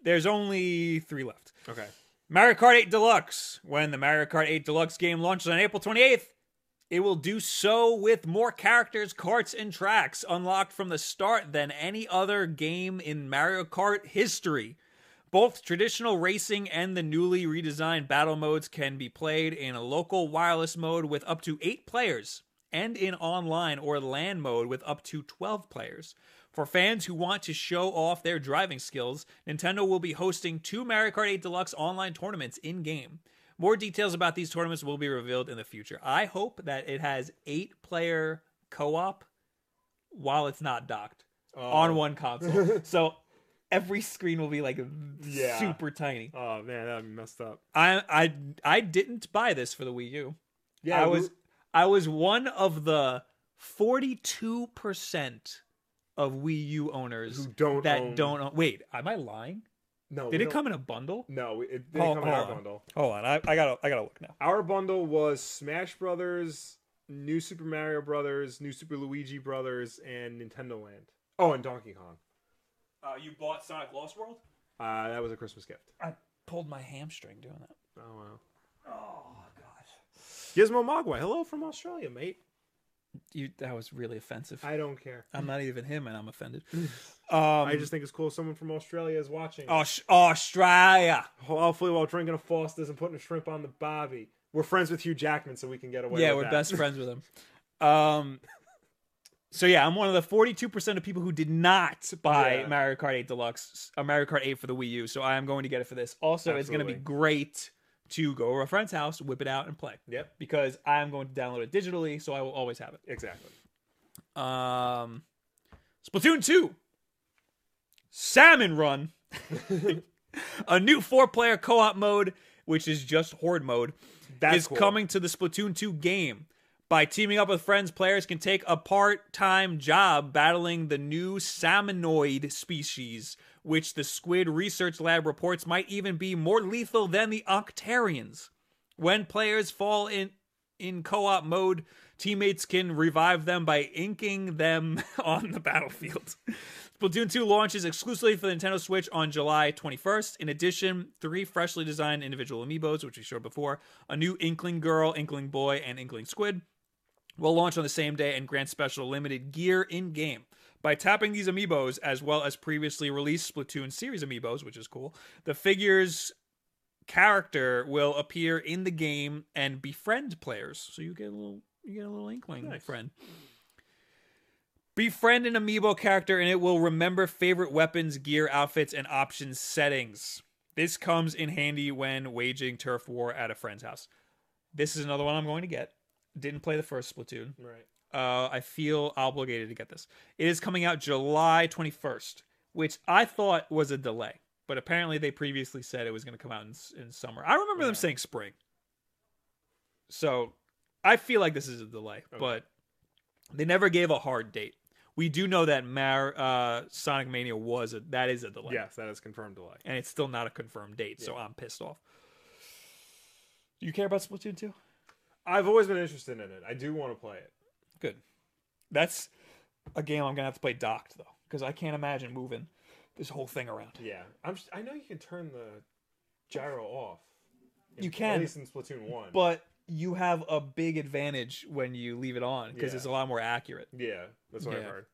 There's only three left.
Okay.
Mario Kart 8 Deluxe. When the Mario Kart 8 Deluxe game launches on April 28th, it will do so with more characters, carts, and tracks unlocked from the start than any other game in Mario Kart history. Both traditional racing and the newly redesigned battle modes can be played in a local wireless mode with up to eight players and in online or LAN mode with up to 12 players. For fans who want to show off their driving skills, Nintendo will be hosting two Mario Kart 8 Deluxe online tournaments in game. More details about these tournaments will be revealed in the future. I hope that it has eight player co op while it's not docked
Oh,
on one console. so every screen will be like
Yeah.
super tiny.
Oh, man, that messed up.
I I I didn't buy this for the Wii U. I was I was one of the 42% of Wii U owners
Who don't
that
own-
don't own. Wait, am I lying?
No,
Did
we
it
don't-
come in a bundle?
No, it didn't
Hold-
come in our
hold on.
bundle.
Hold on, I, I gotta I gotta look now.
Our bundle was Smash Brothers, New Super Mario Brothers, New Super Luigi Brothers, and Nintendo Land. Oh, and Donkey Kong.
Uh, you bought Sonic Lost World?
Uh, that was a Christmas gift.
I pulled my hamstring doing that.
Oh wow.
Oh gosh,
Gizmo Mogwai, hello from Australia, mate.
you that was really offensive.
I don't care.
I'm not even him, and I'm offended.
I
Um, uh,
just think it's cool someone from Australia is watching.
Aus- Australia.
Hopefully, while drinking a Foster's and putting a shrimp on the Bobby. We're friends with Hugh Jackman, so we can get away.
yeah,
with
we're
that.
best friends with him. Um, so yeah, I'm one of the 42 percent of people who did not buy
Yeah.
Mario Kart 8 Deluxe, uh, Mario Kart 8 for the Wii U. So I am going to get it for this. Also, it's going to be
Absolutely.
great to go over a friend's house, whip it out, and play
Yep,
because I'm going to download it digitally, so I will always have it.
exactly.
Um, Splatoon 2, Salmon Run, a new four-player co-op mode, which is just horde mode
That's
is
cool.
coming to the Splatoon 2 game. By teaming up with friends, players can take a part time job battling the new salmonoid species, which the Squid Research Lab reports might even be more lethal than the Octarians. When players fall in, in co op mode, teammates can revive them by inking them on the battlefield. Splatoon 2 launches exclusively for the Nintendo Switch on July 21st. In addition, three freshly designed individual amiibos, which we showed before, a new Inkling Girl, Inkling Boy, and Inkling Squid will launch on the same day and grant special limited gear in game. By tapping these amiibos, as well as previously released Splatoon series amiibos, which is cool, the figure's character will appear in the game and befriend players. So you get a little you get a little inkling
Nice.
friend. Befriend an amiibo character and it will remember favorite weapons, gear, outfits, and options settings. This comes in handy when waging turf war at a friend's house. This is another one I'm going to get. Didn't play the first Splatoon.
Right.
Uh, I feel obligated to get this. It is coming out July 21st, which I thought was a delay, but apparently they previously said it was going to come out in, s- in summer. I remember
Yeah.
them saying spring. So I feel like this is a delay,
Okay.
but they never gave a hard date. We do know that Mar- uh, Sonic Mania was a, that is a delay
Yes, that is confirmed delay.
and it's still not a confirmed date, so I'm pissed off. Do you care about Splatoon 2?
I've always been interested in it. I do want to play it.
Good. That's a game I'm gonna have to play docked though, because I can't imagine moving this whole thing around.
Yeah, I'm. s- I know you can turn the gyro off.
You can.
at least in Splatoon One.
But you have a big advantage when you leave it on because
Yeah.
it's a lot more accurate.
yeah, that's what I
Yeah.
heard.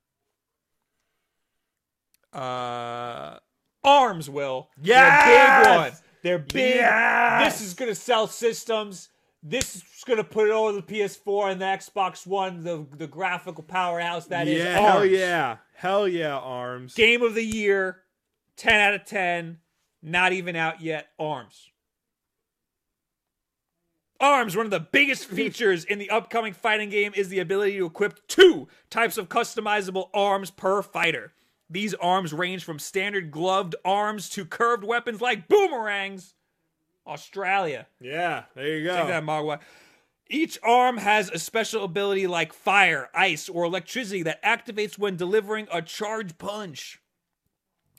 Uh, arms will.
Yes!
They're big one. They're big.
Yes!
This is gonna sell systems. This is gonna put it over the PS4 and the Xbox One, the the graphical powerhouse that is.
hell
Arms.
yeah, hell yeah, arms.
Game of the year, 10 out of 10, not even out yet, Arms. Arms, one of the biggest features in the upcoming fighting game, is the ability to equip two types of customizable arms per fighter. These arms range from standard gloved arms to curved weapons like boomerangs. Australia.
yeah, there you
Take
go.
that, Magua. Each arm has a special ability like fire, ice, or electricity that activates when delivering a charge punch.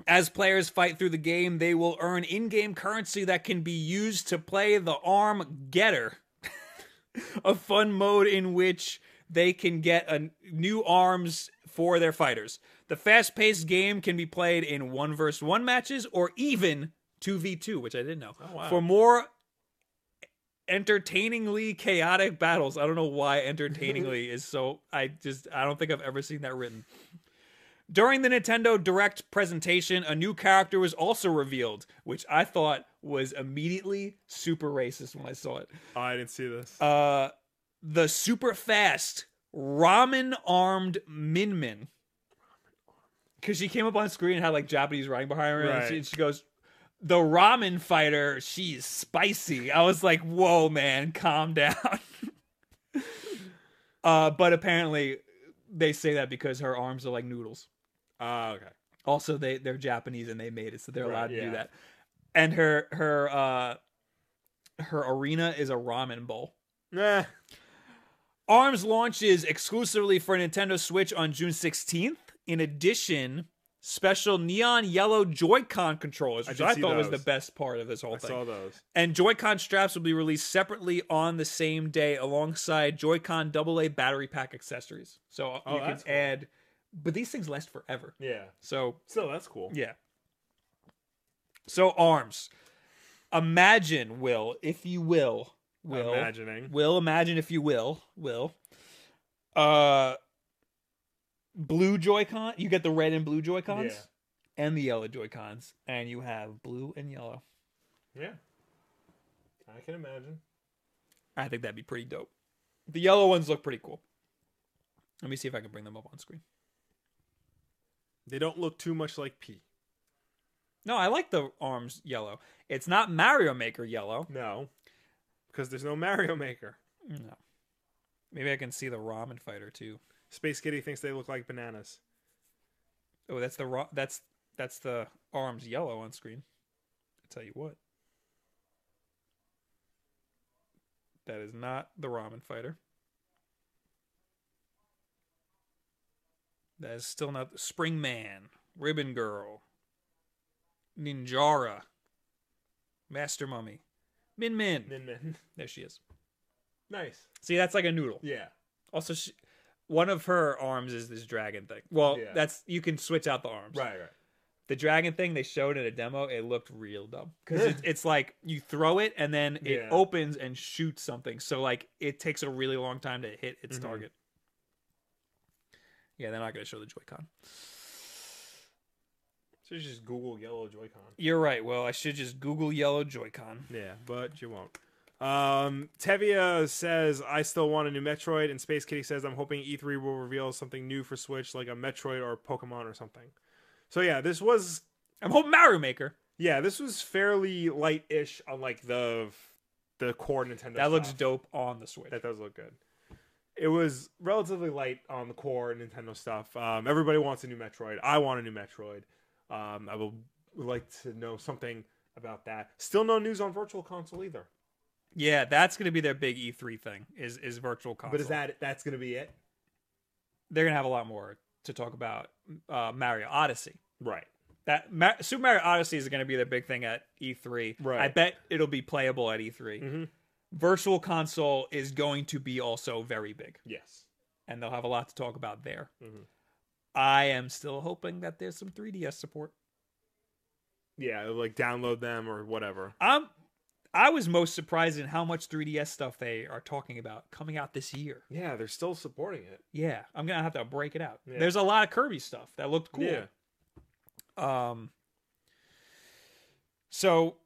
As players fight through the game, they will earn in game currency that can be used to play the arm getter, a fun mode in which they can get a new arms for their fighters. The fast paced game can be played in one versus one matches or even 2v2, which I didn't know.
Oh, wow.
For more entertainingly chaotic battles. I don't know why entertainingly is so I just I don't think I've ever seen that written. During the Nintendo Direct presentation, a new character was also revealed, which I thought was immediately super racist when I saw it.
Oh, I didn't see this.
Uh the super fast ramen armed Min Min. Because she came up on screen and had like Japanese writing behind her, and, she,
Right.
and she goes, The ramen fighter, she's spicy. I was like, Whoa, man, calm down. uh, but apparently, they say that because her arms are like noodles.
Ah, okay.
Also, they, they're Japanese and they made it, so they're
Right,
allowed to
yeah.
do that. And her her uh, her arena is a ramen bowl.
Nah.
ARMS launches exclusively for Nintendo Switch on June 16th. In addition, special neon yellow Joy-Con controllers, which
did
I,
see
thought was the
those.
best part of this whole
I
thing.
saw those.
And Joy-Con straps will be released separately on the same day alongside Joy-Con AA battery pack accessories. So uh,
Oh,
you can
that's cool.
add, but these things last forever.
Yeah.
So
So that's cool.
yeah. So arms. Imagine, Will, if you will, Will,
Imagining.
Will, imagine if you will, Will. Uh, blue Joy Con. You get the red and blue Joy Cons
Yeah.
and the yellow Joy Cons, and you have blue and yellow.
Yeah. I can imagine.
I think that'd be pretty dope. The yellow ones look pretty cool. Let me see if I can bring them up on screen.
They don't look too much like pee.
No, I like the arms yellow. It's not Mario Maker yellow.
No. Because there's no Mario Maker.
No. Maybe I can see the ramen fighter too.
Space Kitty thinks they look like bananas.
Oh, that's the ra- that's that's the arms yellow on screen. I tell you what. That is not the ramen fighter. That is still not Spring Man, Ribbon Girl, Ninjara, Master Mummy, Min Min.
Min Min.
There she is.
Nice.
See, that's like a noodle.
Yeah.
Also, she, one of her arms is this dragon thing. Well,
Yeah.
that's you can switch out the arms.
Right, right.
The dragon thing they showed in a demo, it looked real dumb because it, it's like you throw it and then it
Yeah.
opens and shoots something. So like it takes a really long time to hit its
Mhm.
target. Yeah, they're not going to show the Joy-Con.
So you just Google yellow Joy-Con.
You're right. Well, I should just Google yellow Joy-Con.
Yeah, but you won't. Um, Tevia says, I still want a new Metroid, and Space Kitty says, I'm hoping E3 will reveal something new for Switch, like a Metroid or Pokemon or something. So yeah, this was
I'm hoping Mario Maker.
yeah, this was fairly light-ish on like the the core Nintendo.
That looks
stuff.
dope on the Switch.
That does look good. It was relatively light on the core Nintendo stuff. Um, everybody wants a new Metroid. I want a new Metroid. Um, I will would like to know something about that. Still no news on Virtual Console either.
yeah, that's going to be their big E3 thing. Is is virtual console?
But is that that's gonna be it?
they're gonna have a lot more to talk about uh, Mario Odyssey.
Right.
That Ma- Super Mario Odyssey is gonna be the big thing at E3.
Right.
I bet it'll be playable at E3.
Mhm.
Virtual console is going to be also very big,
Yes.
and they'll have a lot to talk about there.
Mhm.
I am still hoping that there's some 3DS support.
Yeah, like download them or whatever.
I'm Um, I was most surprised in how much 3DS stuff they are talking about coming out this year.
Yeah, they're still supporting it.
Yeah, I'm gonna have to break it out.
Yeah.
There's a lot of Kirby stuff that looked cool.
Yeah.
Um. So,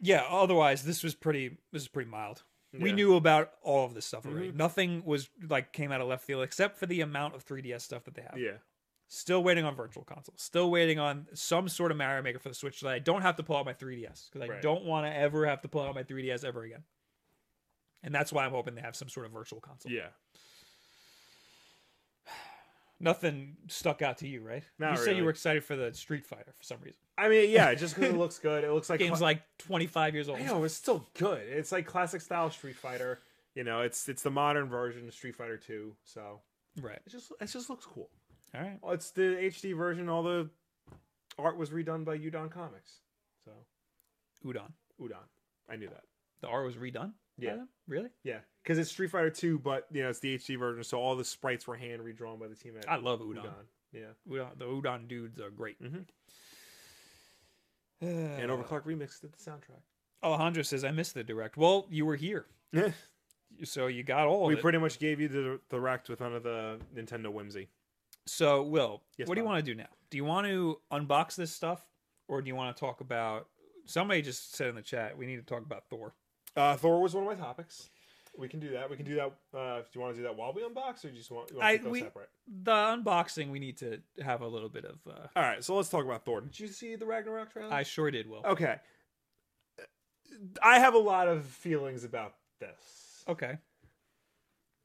yeah. Otherwise, this was pretty. This is pretty mild. We
Yeah.
knew about all of this stuff already.
Mhm.
Nothing was like came out of left field except for the amount of 3DS stuff that they have.
Yeah.
Still waiting on Virtual Console. Still waiting on some sort of Mario Maker for the Switch so that I don't have to pull out my 3DS because I
Right.
don't want to ever have to pull out my 3DS ever again. And that's why I'm hoping they have some sort of Virtual Console.
Yeah.
Nothing stuck out to you, right?
Not
you said you
really.
were excited for the Street Fighter for some reason.
I mean, yeah, just because it looks good. It looks like
Game's like 25 years old.
I know it's still good. It's like classic style Street Fighter. You know, it's it's the modern version of Street Fighter Two. So
Right.
it just it just looks cool.
All right.
Oh, It's the HD version. All the art was redone by Udon Comics. So
Udon.
Udon, I knew that.
The R was redone? by
Yeah.
them? Really?
Yeah, because it's Street Fighter Two, but you know it's the HD version. So all the sprites were hand redrawn by the team at
I love Udon.
Udon. Yeah,
Udon- the Udon dudes are great.
Mhm.
Uh,
and Overclock remixed did the soundtrack.
Alejandro says, I missed the direct. Well, you were here. So you got all
we
of Oh, it.
pretty much gave you the the racked with none of the Nintendo whimsy.
so, Will,
Yes,
what do you
Bob.
want to do now? Do you want to unbox this stuff or do you want to talk about. Somebody just said in the chat, we need to talk about Thor.
Uh, Thor was one of my topics. We can do that. We can do that. Uh, do you want to do that while we unbox, or do you just want, you want
I-
to keep those
we-
separate?
The unboxing, we need to have a little bit of. Uh,
All right, so let's talk about Thor. Did you see the Ragnarok trailer?
I sure did, Will.
okay. I have a lot of feelings about this.
Okay.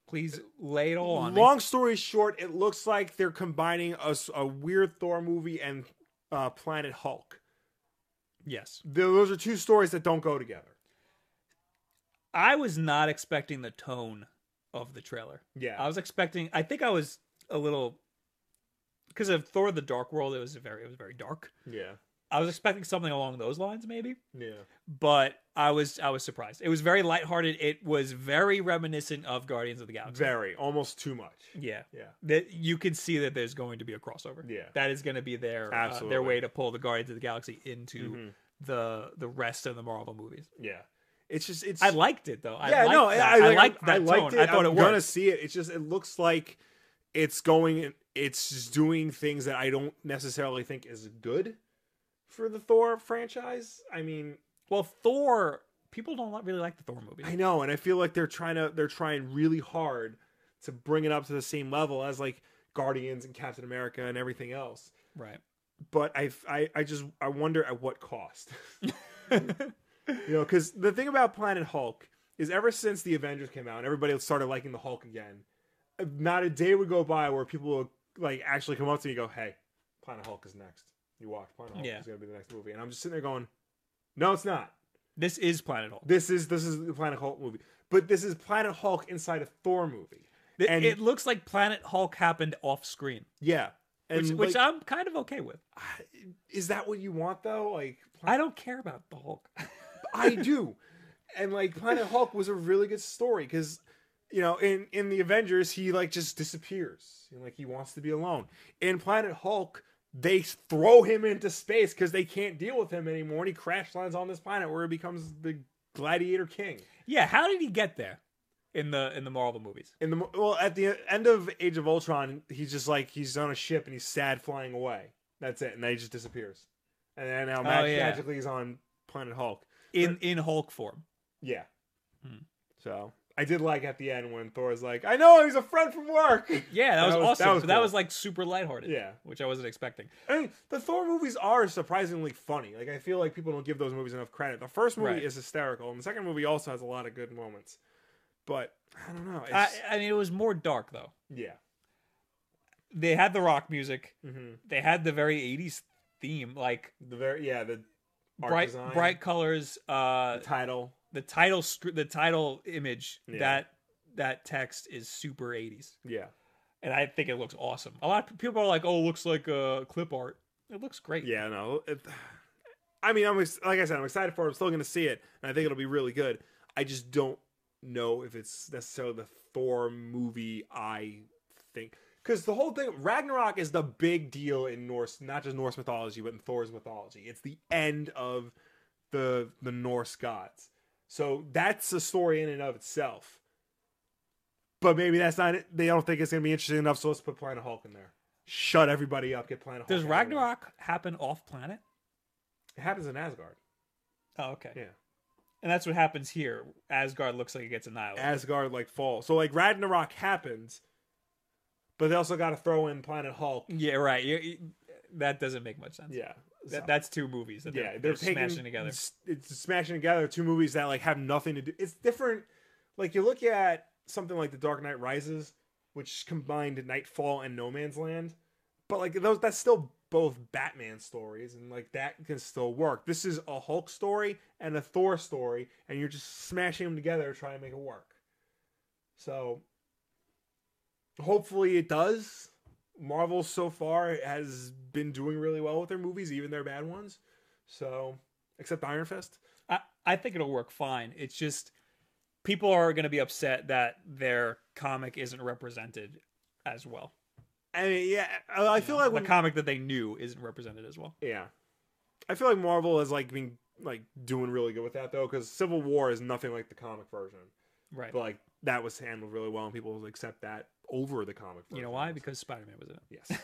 Please lay it all on me.
Long story short, it looks like they're combining a, s- a weird Thor movie and uh, Planet Hulk.
Yes.
Th- Those are two stories that don't go together.
I was not expecting the tone of the trailer.
Yeah.
I was expecting. I think I was a little because of Thor: The Dark World, it was very it was very dark.
Yeah.
I was expecting something along those lines, maybe,
Yeah.
but I was I was surprised. It was very lighthearted. It was very reminiscent of Guardians of the Galaxy.
Very. Almost too much.
Yeah,
Yeah.
that you can see that there's going to be a crossover.
Yeah.
that is going to be their uh,
Absolutely.
their way to pull the Guardians of the Galaxy into
Mhm.
the the rest of the Marvel movies.
Yeah. It's just it's
I liked it though. I
yeah,
liked
no,
that.
I, I
liked that
I liked
tone.
It.
I thought
am
it
gonna
worked.
see it. It's just it looks like it's going. It's just doing things that I don't necessarily think is good for the Thor franchise. I mean,
Well, Thor. People don't li- really like the Thor movie.
I know, and I feel like they're trying to they're trying really hard to bring it up to the same level as like Guardians and Captain America and everything else.
Right.
But I I, I just I wonder at what cost. You know, because the thing about Planet Hulk is ever since the Avengers came out and everybody started liking the Hulk again, not a day would go by where people would like actually come up to me and go, "Hey, Planet Hulk is next. You watch Planet Hulk
Yeah.
is going to be the next movie." And I'm just sitting there going, "No, it's not.
this is Planet Hulk.
This is this is the Planet Hulk movie, but this is Planet Hulk inside a Thor movie.
It,
and-
it looks like Planet Hulk happened off screen,
Yeah, and
which, which
like,
I'm kind of okay with.
is that what you want though? Like,
I don't care about the Hulk.
I do. And like Planet Hulk was a really good story because you know in in the Avengers he like just disappears and like he wants to be alone. In Planet Hulk they throw him into space because they can't deal with him anymore and he crash lands on this planet where he becomes the gladiator king.
yeah, how did he get there in the in the Marvel movies?
In the mo- well at the end of Age of Ultron he's just like he's on a ship and he's sad flying away. That's it and then he just disappears. And then now mag-
yeah.
magically he's on Planet Hulk.
In in Hulk form.
Yeah.
Hmm.
So I did like at the end when Thor's like, "I know he's a friend from work."
Yeah, that,
That
was, awesome.
was-
That
that was
was, but that
cool.
was like super lighthearted.
Yeah.
which I wasn't expecting.
I mean, the Thor movies are surprisingly funny. Like I feel like people don't give those movies enough credit. The first movie
Right.
is hysterical, and the second movie also has a lot of good moments. But I don't know. It's,
I, I mean, it was more dark though.
yeah.
They had the rock music.
hmm
They had the very '80s theme, like
The very yeah the art
bright
design,
bright colors. Uh,
the title.
the title sc- the title image
Yeah.
that that text is super 80s
Yeah.
and i think it looks awesome a lot of people are like oh it looks like uh, clip art it looks great
Yeah. No. It, I mean, I'm ex- like I said, I'm excited for it. I'm still going to see it, and I think it'll be really good. I just don't know if it's necessarily the Thor movie I think. Because the whole thing, Ragnarok is the big deal in Norse, not just Norse mythology, but in Thor's mythology. It's the end of the the Norse gods, so that's a story in and of itself. But maybe that's not it. They don't think it's going to be interesting enough, so let's put Planet Hulk in there. Shut everybody up. Get Planet Hulk.
does
out of there.
ragnarok happen off planet
It happens in Asgard.
oh okay
Yeah.
and that's what happens here asgard looks like it gets annihilated
Asgard like fall. So like Ragnarok happens, but they also got to throw in Planet Hulk.
yeah right You- you- that doesn't make much sense
Yeah,
That, that's two movies that
yeah,
they're,
they're,
they're
taking,
smashing together
It's, it's smashing together two movies that like have nothing to do. It's different. Like you look at something like The Dark Knight Rises, which combined Nightfall and No Man's Land, but like those that's still both Batman stories, and like that can still work. This is a Hulk story and a Thor story, and you're just smashing them together to try and make it work. So hopefully it does. Marvel so far has been doing really well with their movies, even their bad ones. So, except Iron Fist.
I, I think it'll work fine. It's just people are going to be upset that their comic isn't represented as well.
I mean, yeah, I I feel like
the
when,
comic that they knew isn't represented as well.
yeah, I feel like Marvel has like been like doing really good with that though, because Civil War is nothing like the comic version,
Right.
but like that was handled really well, and people accept that over the comic. Version.
you know why? Because Spider Man was in it.
yes,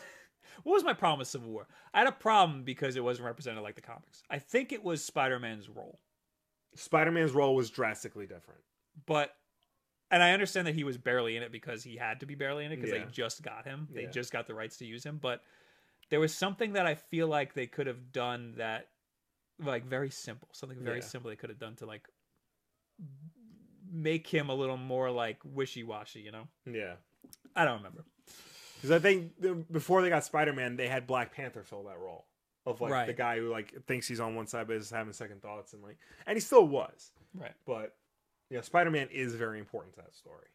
What was my problem with Civil War? I had a problem because it wasn't represented like the comics. I think it was Spider Man's role,
Spider Man's role was drastically different.
but. And I understand that he was barely in it because he had to be barely in it because
Yeah.
they just got him. They
Yeah.
just got the rights to use him. But there was something that I feel like they could have done that, like, very simple. Something very
Yeah.
simple they could have done to, like, make him a little more, like, wishy washy, you know?
Yeah,
I don't remember.
because I think the, before they got Spider Man, they had Black Panther fill that role of like
Right.
the guy who like thinks he's on one side but is having second thoughts and like, and he still was,
Right.
but yeah, Spider Man is very important to that story.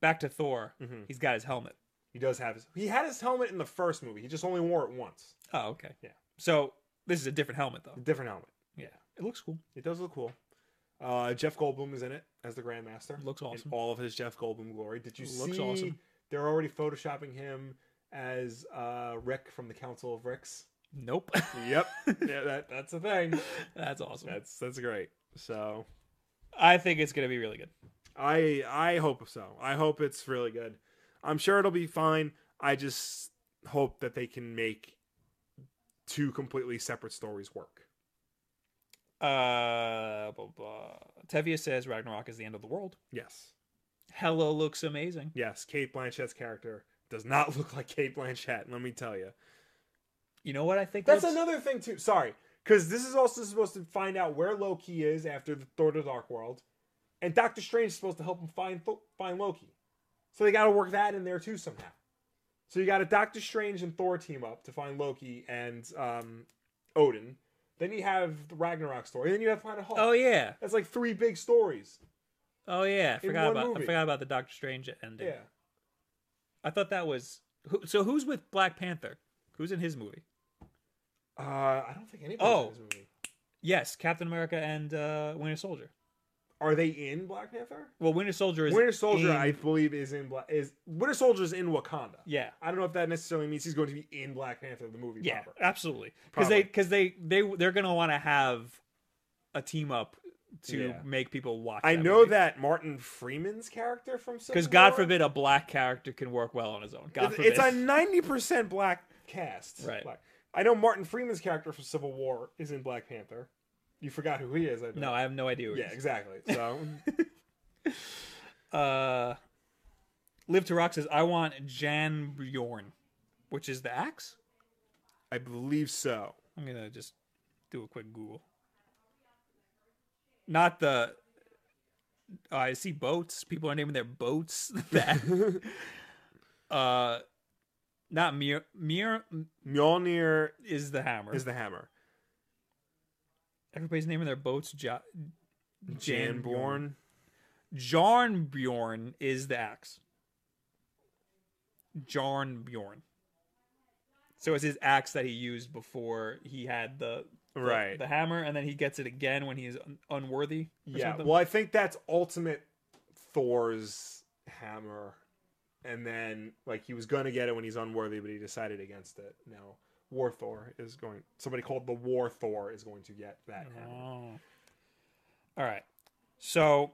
Back to Thor.
Mhm.
He's got his helmet.
He does have his. He had his helmet in the first movie. He just only wore it once.
Oh, okay.
Yeah.
So this is a different helmet
A
though.
different helmet.
It looks cool.
It does look cool. Uh, Jeff Goldblum is in it as the Grandmaster.
It looks awesome.
In all of his Jeff Goldblum glory. Did you
Looks
see?
awesome.
They're already photoshopping him as uh, Rick from the Council of Ricks.
Nope.
Yep. yeah, that, that's a thing.
That's awesome.
That's that's great. So
I think it's gonna be really good.
I I hope so. I hope it's really good. I'm sure it'll be fine. I just hope that they can make two completely separate stories work.
Uh, blah, blah. Tevye says Ragnarok is the end of the world.
Yes.
Hello looks amazing.
Yes, Kate Blanchett's character does not look like Kate Blanchett, let me tell you.
You know what I think?
That's
looks-
another thing too. Sorry, because this is also supposed to find out where Loki is after the Thor: The Dark World, and Doctor Strange is supposed to help him find Tho- find Loki. So they got to work that in there too somehow. So you got a Doctor Strange and Thor team up to find Loki and um, Odin. Then you have the Ragnarok story. Then you have Planet Hulk.
Oh yeah.
That's like three big stories.
Oh yeah. I
In
forgot
one
about.
movie.
I forgot about the Doctor Strange ending.
Yeah.
I thought that was. Who, so who's with Black Panther? Who's in his movie?
Uh, I don't think anybody.
Oh.
in this movie.
Yes, Captain America and uh, Winter Soldier.
Are they in Black Panther?
Well, Winter Soldier is
Winter Soldier,
in-
I believe, is in Black. Is Winter Soldier is in Wakanda?
yeah.
I don't know if that necessarily means he's going to be in Black Panther the movie.
Yeah,
proper.
absolutely. Because they because they they they're gonna want to have a team up to
Yeah.
make people watch.
I know that Martin Freeman's character from
because
because
God forbid a black character can work well on his own. God forbid.
it's a ninety percent black cast.
Right.
Black. I know Martin Freeman's character from Civil War is in Black Panther. You forgot who he is. I bet.
no, I have no idea. Who
Yeah,
it is.
exactly. So
Uh, Live to Rock says I want Jan Bjorn, which is the axe.
I believe so.
I'm gonna just do a quick Google. Not the. oh, I see boats. People are naming their boats that. uh, not Mir Mir
Mjolnir
is the hammer.
is the hammer.
Everybody's naming their boats. Ja- Janborn.
Janborn.
Jarnbjorn is the axe. Jarnbjorn. So it's his axe that he used before he had the, the-
Right.
the hammer, and then he gets it again when he's un- unworthy. or
Yeah.
something.
Well, I think that's ultimate Thor's hammer, and then like he was gonna get it when he's unworthy, but he decided against it. Now War Thor is going. Somebody called the War Thor is going to get that hammer.
Oh. All right. So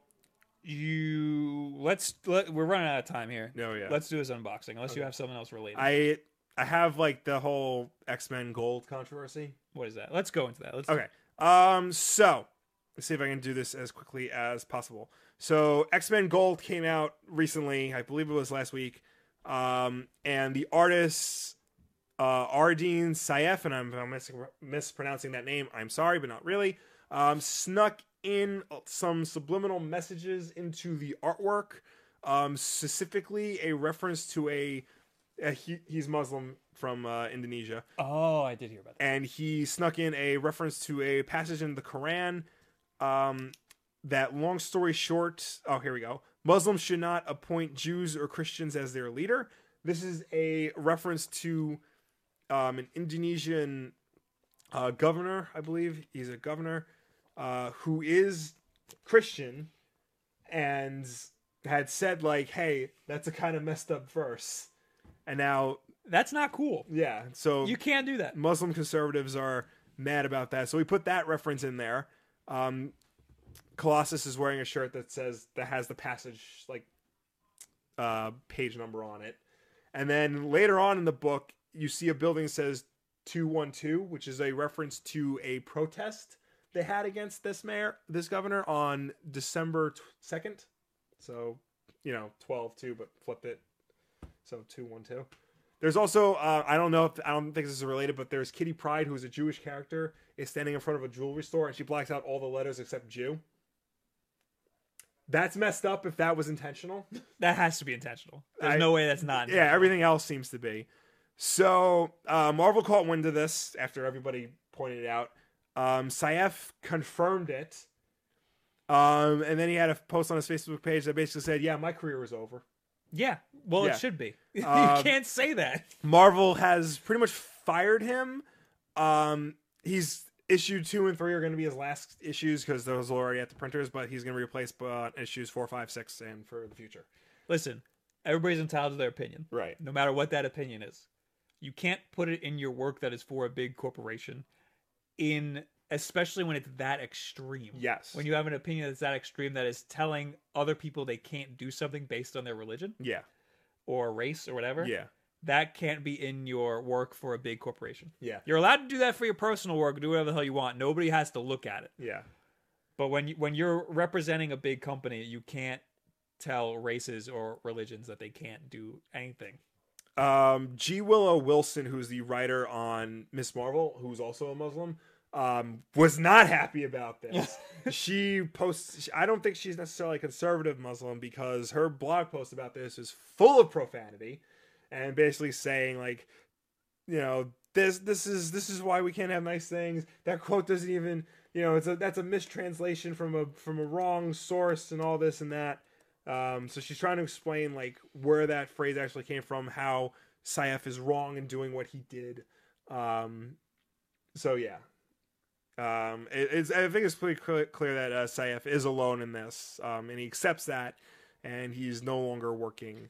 you let's let, we're running out of time here.
No, yeah.
Let's do this unboxing unless you
Okay.
have something else related.
I I have like the whole X Men Gold controversy.
what is that? Let's go into that. Let's
Okay. Um. So let's see if I can do this as quickly as possible. So X Men Gold came out recently. I believe it was last week. Um. And the artist, uh, Ardeen Saif, and I'm, if I'm mis- mispronouncing that name. I'm sorry, but not really. Um. Snuck in some subliminal messages into the artwork. Um. Specifically, a reference to a. a he, he's Muslim from uh, Indonesia
Oh, I did hear about that.
and he snuck in a reference to a passage in the Quran. Um, that long story short, oh, here we go. Muslims should not appoint Jews or Christians as their leader. This is a reference to um, an Indonesian uh, governor, I believe. He's a governor uh, who is Christian and had said, like, hey, that's a kind of messed up verse. And now,
That's not cool.
yeah, so.
You can't do that.
Muslim conservatives are mad about that. So we put that reference in there. Um, Colossus is wearing a shirt that says that has the passage like uh, page number on it, and then later on in the book you see a building that says two one two, which is a reference to a protest they had against this mayor, this governor on December second. So you know twelve two, but flip it. So two one two. There's also uh, I don't know if I don't think this is related, but there's Kitty Pride, who is a Jewish character, is standing in front of a jewelry store and she blacks out all the letters except Jew. That's messed up if that was intentional.
That has to be intentional. There's
I-
no way that's not.
yeah, everything else seems to be. So uh, Marvel caught wind of this after everybody pointed it out. Um, Saif confirmed it, um, and then he had a post on his Facebook page that basically said, "Yeah, my career is over."
Yeah. Well,
Yeah.
it should be.
Um,
you can't say that.
Marvel has pretty much fired him. Um, he's issue two and three are going to be his last issues because those are already at the printers, but he's going to replace uh, issues four, five, six, and for the future.
Listen, everybody's entitled to their opinion,
Right.
no matter what that opinion is. You can't put it in your work that is for a big corporation, in especially when it's that extreme.
Yes.
When you have an opinion that's that extreme that is telling other people they can't do something based on their religion
Yeah.
or race or whatever,
Yeah.
that can't be in your work for a big corporation.
Yeah.
You're allowed to do that for your personal work, do whatever the hell you want. Nobody has to look at it.
Yeah.
But when you, when you're representing a big company, you can't tell races or religions that they can't do anything.
um, G. Willow Wilson, who's the writer on Miss Marvel, who's also a Muslim, um, was not happy about this. she posts. I don't think she's necessarily a conservative Muslim because her blog post about this is full of profanity, and basically saying like, you know, this this is this is why we can't have nice things. That quote doesn't even, you know, it's a that's a mistranslation from a from a wrong source and all this and that. Um, so she's trying to explain like where that phrase actually came from, how Saif is wrong in doing what he did. Um, so yeah, um, it, it's I think it's pretty clear, clear that uh, Saif is alone in this, um, and he accepts that, and he's no longer working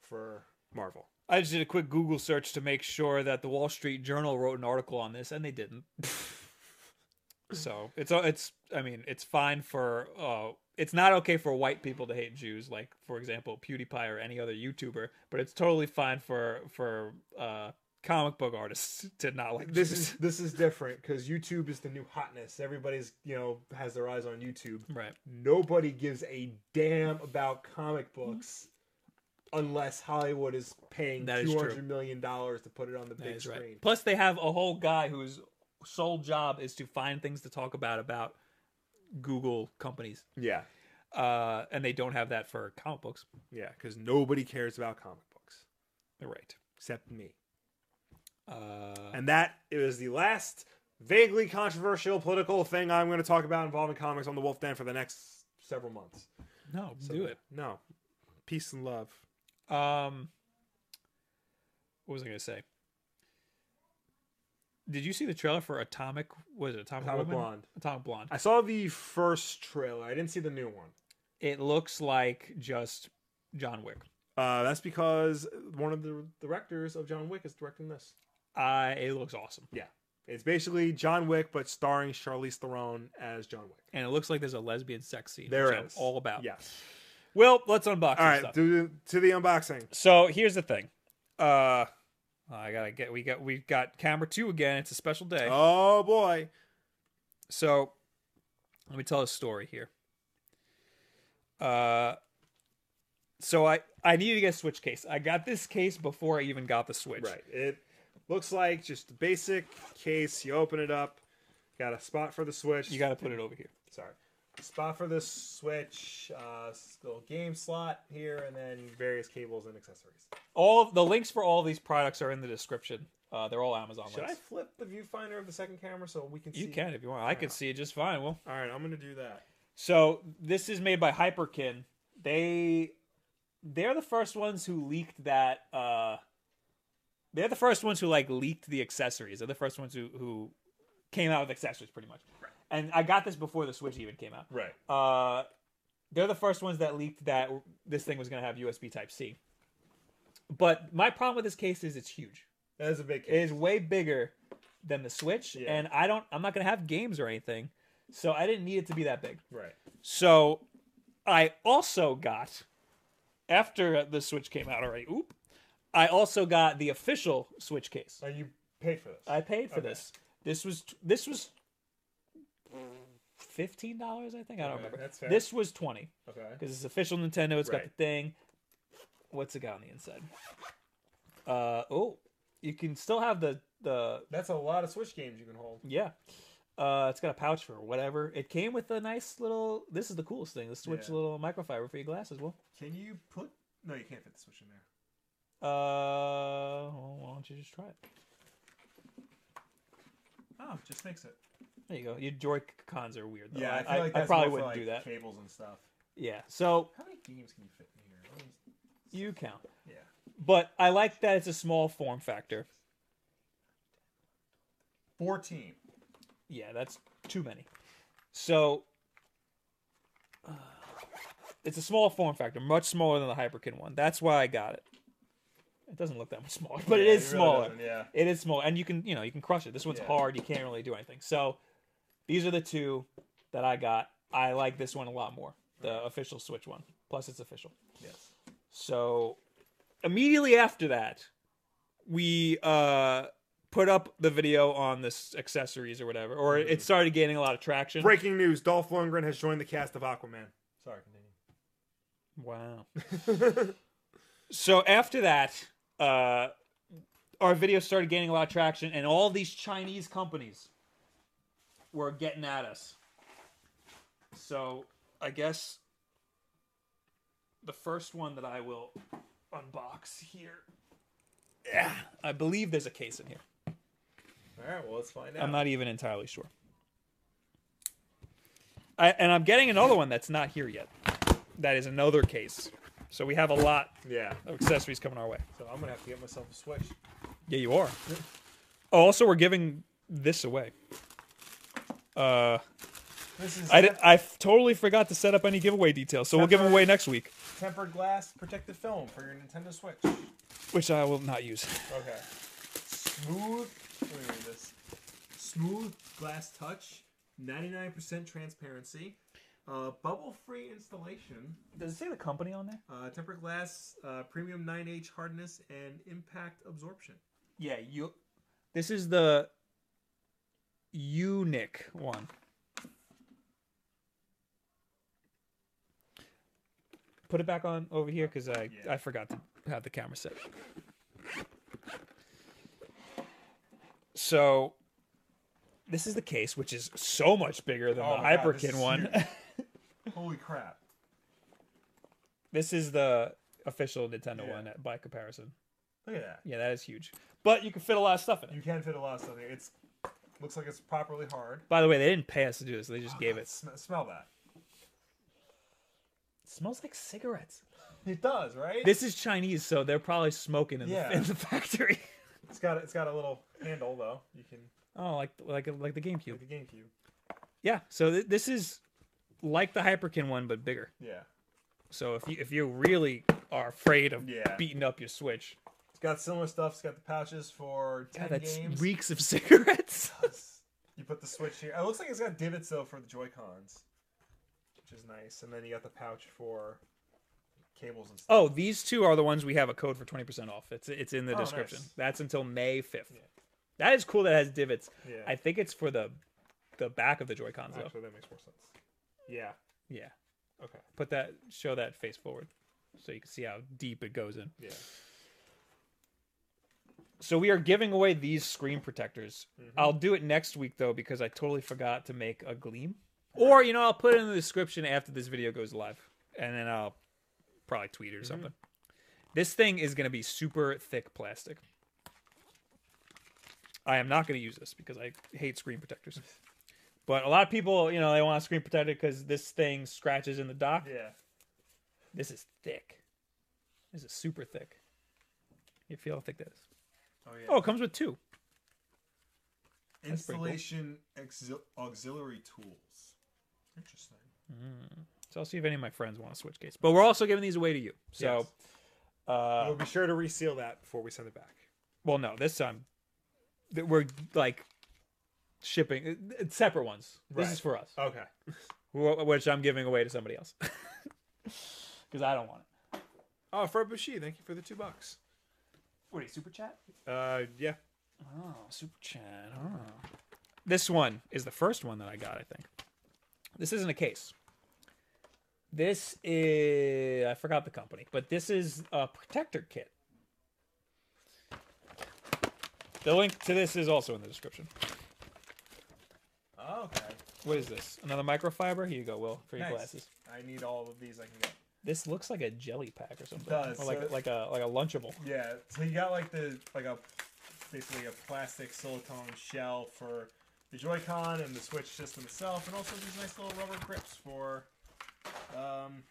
for Marvel.
I just did a quick Google search to make sure that the Wall Street Journal wrote an article on this, and they didn't. so it's uh, it's I mean it's fine for uh, it's not okay for white people to hate Jews, like for example PewDiePie or any other YouTuber, but it's totally fine for for uh, comic book artists to not like
This
Jews.
is this is different because YouTube is the new hotness. Everybody's you know has their eyes on YouTube.
right.
nobody gives a damn about comic books unless Hollywood is paying
That is
two
true.
hundred million dollars to put it on the
That
big
is
screen.
Plus, they have a whole guy whose sole job is to find things to talk about about Google companies,
Yeah,
uh, and they don't have that for comic books.
yeah, because nobody cares about comic books
They're right.
except me.
Uh,
And that is the last vaguely controversial political thing I'm going to talk about involving comics on the Wolf Den for the next several months.
no,
So,
do it.
No, peace and love.
Um, what was I going to say? Did you see the trailer for Atomic? Was it Atomic,
Atomic
Woman?
Blonde.
Atomic Blonde.
I saw the first trailer. I didn't see the new one.
It looks like just John Wick.
Uh, that's because one of the directors of John Wick is directing this.
Uh, it looks awesome,
It's basically John Wick, but starring Charlize Theron as John Wick.
and it looks like there's a lesbian sex scene.
There
which
it
I'm
is.
all about.
Yes.
Well, let's unbox.
All
this
right,
stuff.
to, to the unboxing.
So here's the thing. Uh I gotta get we got we got camera two again. It's a special day.
Oh boy.
So let me tell a story here. Uh so I I needed to get a switch case. I got this case before I even got the switch.
Right. It looks like just a basic case. You open it up. Got a spot for the switch.
You gotta put it over here.
sorry. Spot for the switch, uh, little game slot here, and then various cables and accessories.
All the links for all these products are in the description. Uh they're all Amazon
Should I
links.
flip the viewfinder of the second camera so we can see?
You can if you want. I can see it just fine. Well,
All right, I'm gonna do that.
So this is made by Hyperkin. They they're the first ones who leaked that uh they're the first ones who like leaked the accessories. They're the first ones who who came out with accessories pretty much. And I got this before the Switch even came out.
Right.
Uh they're the first ones that leaked that this thing was going to have USB type C. But my problem with this case is it's huge.
That is a big
It
case.
is way bigger than the Switch
Yeah.
and I don't I'm not going to have games or anything. So I didn't need it to be that big.
Right.
So I also got after the Switch came out already. Oop. I also got the official Switch case.
So you paid for this.
I paid for
Okay.
this. This was this was fifteen dollars. I think I don't
Okay,
remember.
that's fair.
This was twenty
okay.
because it's official Nintendo. It's got
Right.
the thing. What's it got on the inside? Uh oh, you can still have the the
That's a lot of Switch games you can hold.
Yeah. Uh, it's got a pouch for whatever. It came with a nice little. This is the coolest thing. The Switch
Yeah.
little microfiber for your glasses. Well,
Can you put? No, you can't fit the Switch in there.
uh, well, why don't you just try it?
Oh, just fix it.
There you go. Your Joy cons are weird. Though. I, I, I probably wouldn't do that.
Cables and stuff.
Yeah. So
How many games can you fit in here?
You count.
Yeah.
But I like that it's a small form factor.
14.
Yeah, that's too many. So uh, it's a small form factor, much smaller than the Hyperkin one. That's why I got it. It doesn't look that much smaller, but it
Yeah,
is
really
smaller.
doesn't, yeah.
It is small, and you can you know you can crush it. This one's
Yeah.
hard; you can't really do anything. So these are the two that I got. I like this one a lot more, the official Switch one. Plus, it's official.
Yes.
So immediately after that, we uh put up the video on this accessories or whatever, or it started gaining a lot of traction.
Breaking news: Dolph Lundgren has joined the cast of Aquaman.
Sorry, continue.
Wow. so after that, uh, our video started gaining a lot of traction, and all these Chinese companies were getting at us. So I guess the first one that I will unbox here. Yeah, I believe there's a case in here.
All right, well, let's find out.
I'm not even entirely sure. I, and I'm getting another one that's not here yet. That is another case. So we have a lot
Yeah.
of accessories coming our way.
so I'm going to have to get myself a Switch.
Yeah, you are. Oh, also, we're giving this away. Uh,
This is
I, di- I f- totally forgot to set up any giveaway details, so we'll give them away next week,
tempered glass protective film for your Nintendo Switch. Okay.
which I will not use.
Smooth. Let me read this. Smooth glass touch, 99% transparency, uh, bubble free installation,
Does it say the company on there?
uh, tempered glass, uh, premium 9H hardness, and impact absorption.
Yeah, you. This is the Unic one. Put it back on over here because I
Yeah.
I forgot to have the camera set. So this is the case, which is so much bigger than
Oh
the
my God, this
Hyperkin
is
one.
Holy crap.
this is the official Nintendo
Yeah.
one uh, by comparison.
Look at that.
Yeah, that is huge. But you can fit a lot of stuff in it.
You can fit a lot of stuff in it. It's looks like it's properly hard.
By the way, they didn't pay us to do this; they just gave it.
Sm- smell that.
smells like cigarettes.
It does, right?
This is Chinese, so they're probably smoking in,
Yeah.
the, in the factory.
It's got it's got a little handle though. You can
Oh, like like like the GameCube.
like a GameCube.
Yeah. So th- this is like the Hyperkin one, but bigger.
Yeah.
So if you if you really are afraid of
Yeah.
beating up your Switch,
It's got similar stuff. It's got the pouches for ten
God, that's
games.
reeks of cigarettes.
you put the Switch here. It looks like it's got divots though for the Joy Cons, which is nice. And then you got the pouch for cables and stuff.
Oh, these two are the ones we have a code for twenty percent off. It's it's in the
Oh,
description.
nice.
That's until May fifth.
Yeah.
That is cool. That it has divots.
Oh,
Yeah.
I think it's for the the back of the Joy Cons though.
Actually, that makes more sense. Yeah.
Yeah.
Okay.
Put that show that face forward, so you can see how deep it goes in.
Yeah.
so we are giving away these screen protectors. I'll do it next week though because I totally forgot to make a gleam. Or you know, I'll put it in the description after this video goes live, and then I'll probably tweet it or something. This thing is going to be super thick plastic. I am not going to use this because I hate screen protectors. But a lot of people, you know, they want a screen protector because this thing scratches in the dock.
Yeah.
This is thick. This is super thick. You feel how thick that is?
Oh yeah.
Oh, it comes with two. pretty cool.
Installation exil- auxiliary tools. Interesting.
So I'll see if any of my friends want to switch case. But we're also giving these away to you. So,
Yes.
uh,
we'll be sure to reseal that before we send it back.
well, no, this time that we're like shipping it's separate ones. This is
Right.
for us,
Okay.
wh- which I'm giving away to somebody else because I don't want it.
Oh, Fred Bushi, thank you for the two bucks.
What are you, super chat?
Uh, yeah.
Oh, super chat. Oh. This one is the first one that I got. I think this isn't a case. This is I forgot the company, but this is a protector kit. The link to this is also in the description.
Oh, okay.
What is this? Another microfiber? Here you go, Will, for your
Nice.
glasses.
I need all of these I can get.
This looks like a jelly pack or something.
does,
Or like
so-
like a like a lunchable.
Yeah, so you got like the like a basically a plastic silicone shell for the Joy-Con and the Switch system itself, and also these nice little rubber grips for um,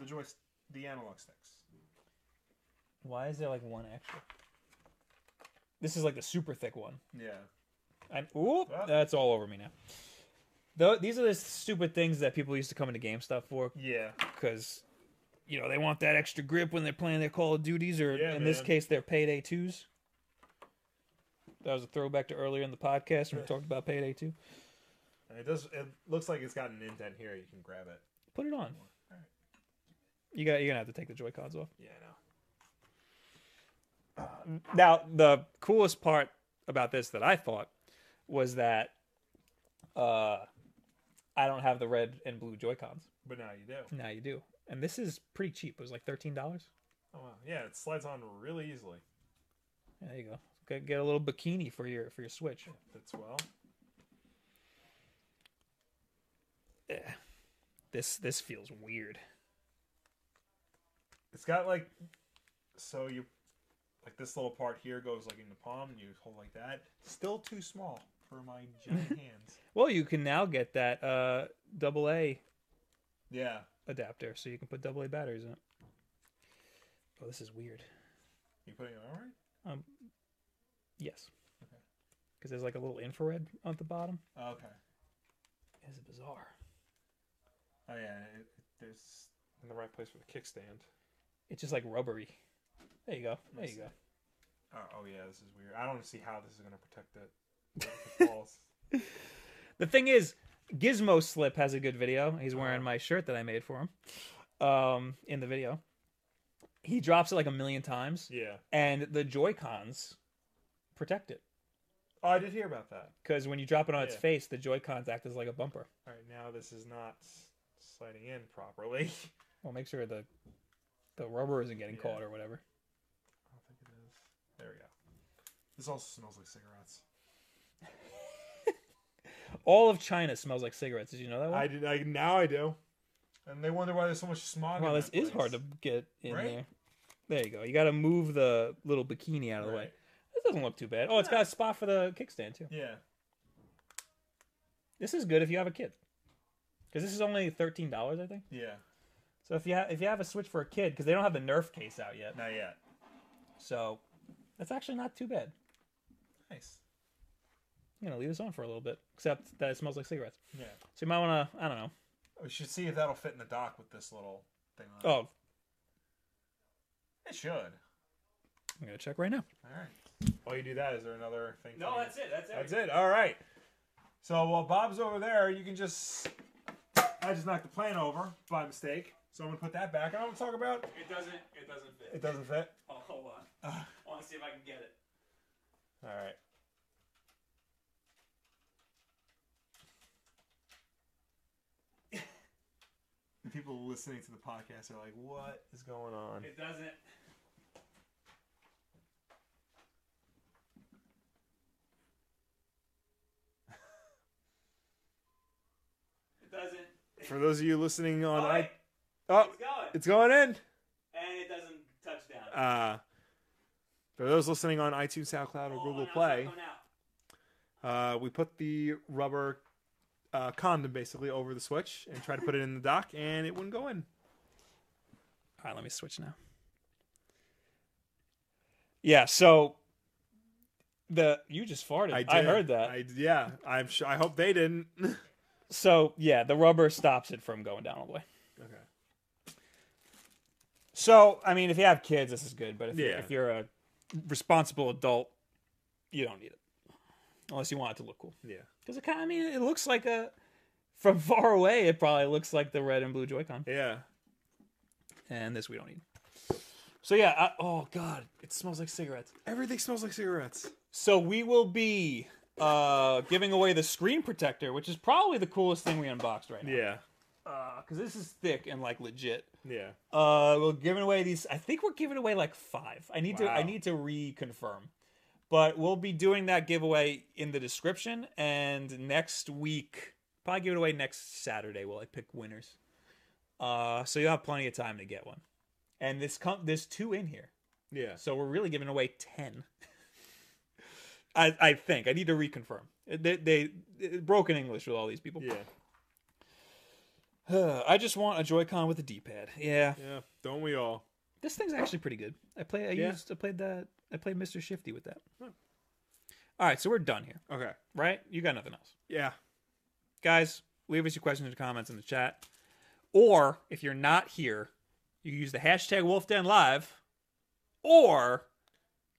the joy the analog sticks.
Why is there like one extra? This is like the super thick one.
Yeah.
I'm, ooh,
Ah.
that's all over me now. Though these are the stupid things that people used to come into GameStop for
Yeah.
because, you know, they want that extra grip when they're playing their Call of Duties or,
Yeah,
in this
man.
case, their Payday Twos. That was a throwback to earlier in the podcast when we talked about Payday Two.
It does. It looks like it's got an indent here. You can grab it.
Put it on. You got. You're gonna have to take the Joy Cons off.
Yeah. No.
Now, the coolest part about this that I thought was that uh, I don't have the red and blue Joy Cons.
But now you do.
Now you do. And this is pretty cheap. It was like thirteen dollars.
Oh wow. Yeah. It slides on really easily.
There you go. Get, get a little bikini for your for your Switch.
Fits well.
Eh. This this feels weird.
It's got like. So you. Like this little part here goes like in the palm, and you hold like that. Still too small for my giant hands.
Well, you can now get that uh double A
Yeah.
adapter, so you can put double A batteries in it. Oh, this is weird.
You putting it on right?
Yes. Because there's like a little infrared on the bottom.
Okay.
This is bizarre.
Oh yeah, it, it, there's
in the right place for the kickstand.
It's just like rubbery. There you go. There you go.
oh, oh yeah, this is weird. I don't see how this is gonna protect it. the balls.
The thing is, Gizmo Slip has a good video. He's wearing my shirt that I made for him um, in the video. He drops it like a million times,
Yeah.
and the Joy Cons protect it.
Oh, I did hear about that.
Because when you drop it on its
Yeah.
face, the Joy Cons act as like a bumper.
All right, now this is not s- sliding in properly.
Well, make sure the the rubber isn't getting
Yeah.
caught or whatever.
I don't think it is. There we go. This also smells like cigarettes.
All of China smells like cigarettes. Did you know that one?
I did. I now I do.
And they wonder why there's so much smog.
wow,
in
this
that
is
place.
hard to get in
Right?
there. There you go. You got to move the little bikini out of the way.
Right.
This doesn't look too bad. Oh, it's got a spot for the kickstand too.
Yeah.
This is good if you have a kid, because this is only thirteen dollars, I think.
Yeah.
So if you ha- if you have a Switch for a kid, because they don't have the Nerf case out yet,
Not yet.
so that's actually not too bad.
Nice.
You know, leave this on for a little bit, except that it smells like cigarettes.
Yeah.
So you might want to, I don't know.
We should see if that'll fit in the dock with this little thing. On it.
Oh,
It should. All
I'm gonna check right now.
right. While you do that, is there another thing? for you?
it. That's
That's it. All right. So while Bob's over there, you can just. I just knocked the plan over by mistake, so I'm gonna put that back. I don't want to talk about.
It doesn't. It doesn't fit.
It doesn't fit.
Oh, hold on. I want to see if I can get it.
All right. The people listening to the podcast are like, "What is going on?"
It doesn't. It doesn't.
For those of you listening on,
Oh,
I
wait,
oh,
it's going,
it's going in.
and it doesn't touch down.
Uh, for those listening on iTunes, SoundCloud, or
Oh,
Google
now it's not
Play,
coming out.
uh, we put the rubber uh, condom basically over the switch and tried to put it in the dock, and it wouldn't go in.
All right, let me switch now. Yeah, so the you just farted. I,
did.
heard that.
I, yeah, I'm. Sure, I hope they didn't. okay.
So yeah, the rubber stops it from going down all the way. So I mean, if you have kids, this is good. But if,
Yeah.
you're, if you're a responsible adult, you don't need it, unless you want it to look cool.
Yeah.
Because it kind of, I mean, it looks like a from far away, it probably looks like the red and blue Joy-Con.
Yeah.
And this we don't need. So yeah, I, oh god, it smells like cigarettes.
Everything smells like cigarettes.
So we will be uh giving away the screen protector, which is probably the coolest thing we unboxed right now.
Yeah.
Because this is thick and like legit.
Yeah.
Uh, we're giving away these. I think we're giving away like five. I need to. I
Wow.
need to reconfirm. But we'll be doing that giveaway in the description, and next week, probably give it away next Saturday. Will I pick winners? Uh, so you'll have plenty of time to get one. And this com- there's two in here,
Yeah.
so we're really giving away ten. I I think I need to reconfirm. They they it- broken English with all these people.
Yeah.
I just want a Joy-Con with a D-pad. Yeah.
Yeah. Don't we all?
This thing's actually pretty good. I play. I
Yeah.
used. I played that. I played Mr. Shifty with that. All right, so we're done here,
Okay.
right? You got nothing else,
Yeah.
guys. Leave us your questions and comments in the chat, or if you're not here, you can use the hashtag WolfDenLive, or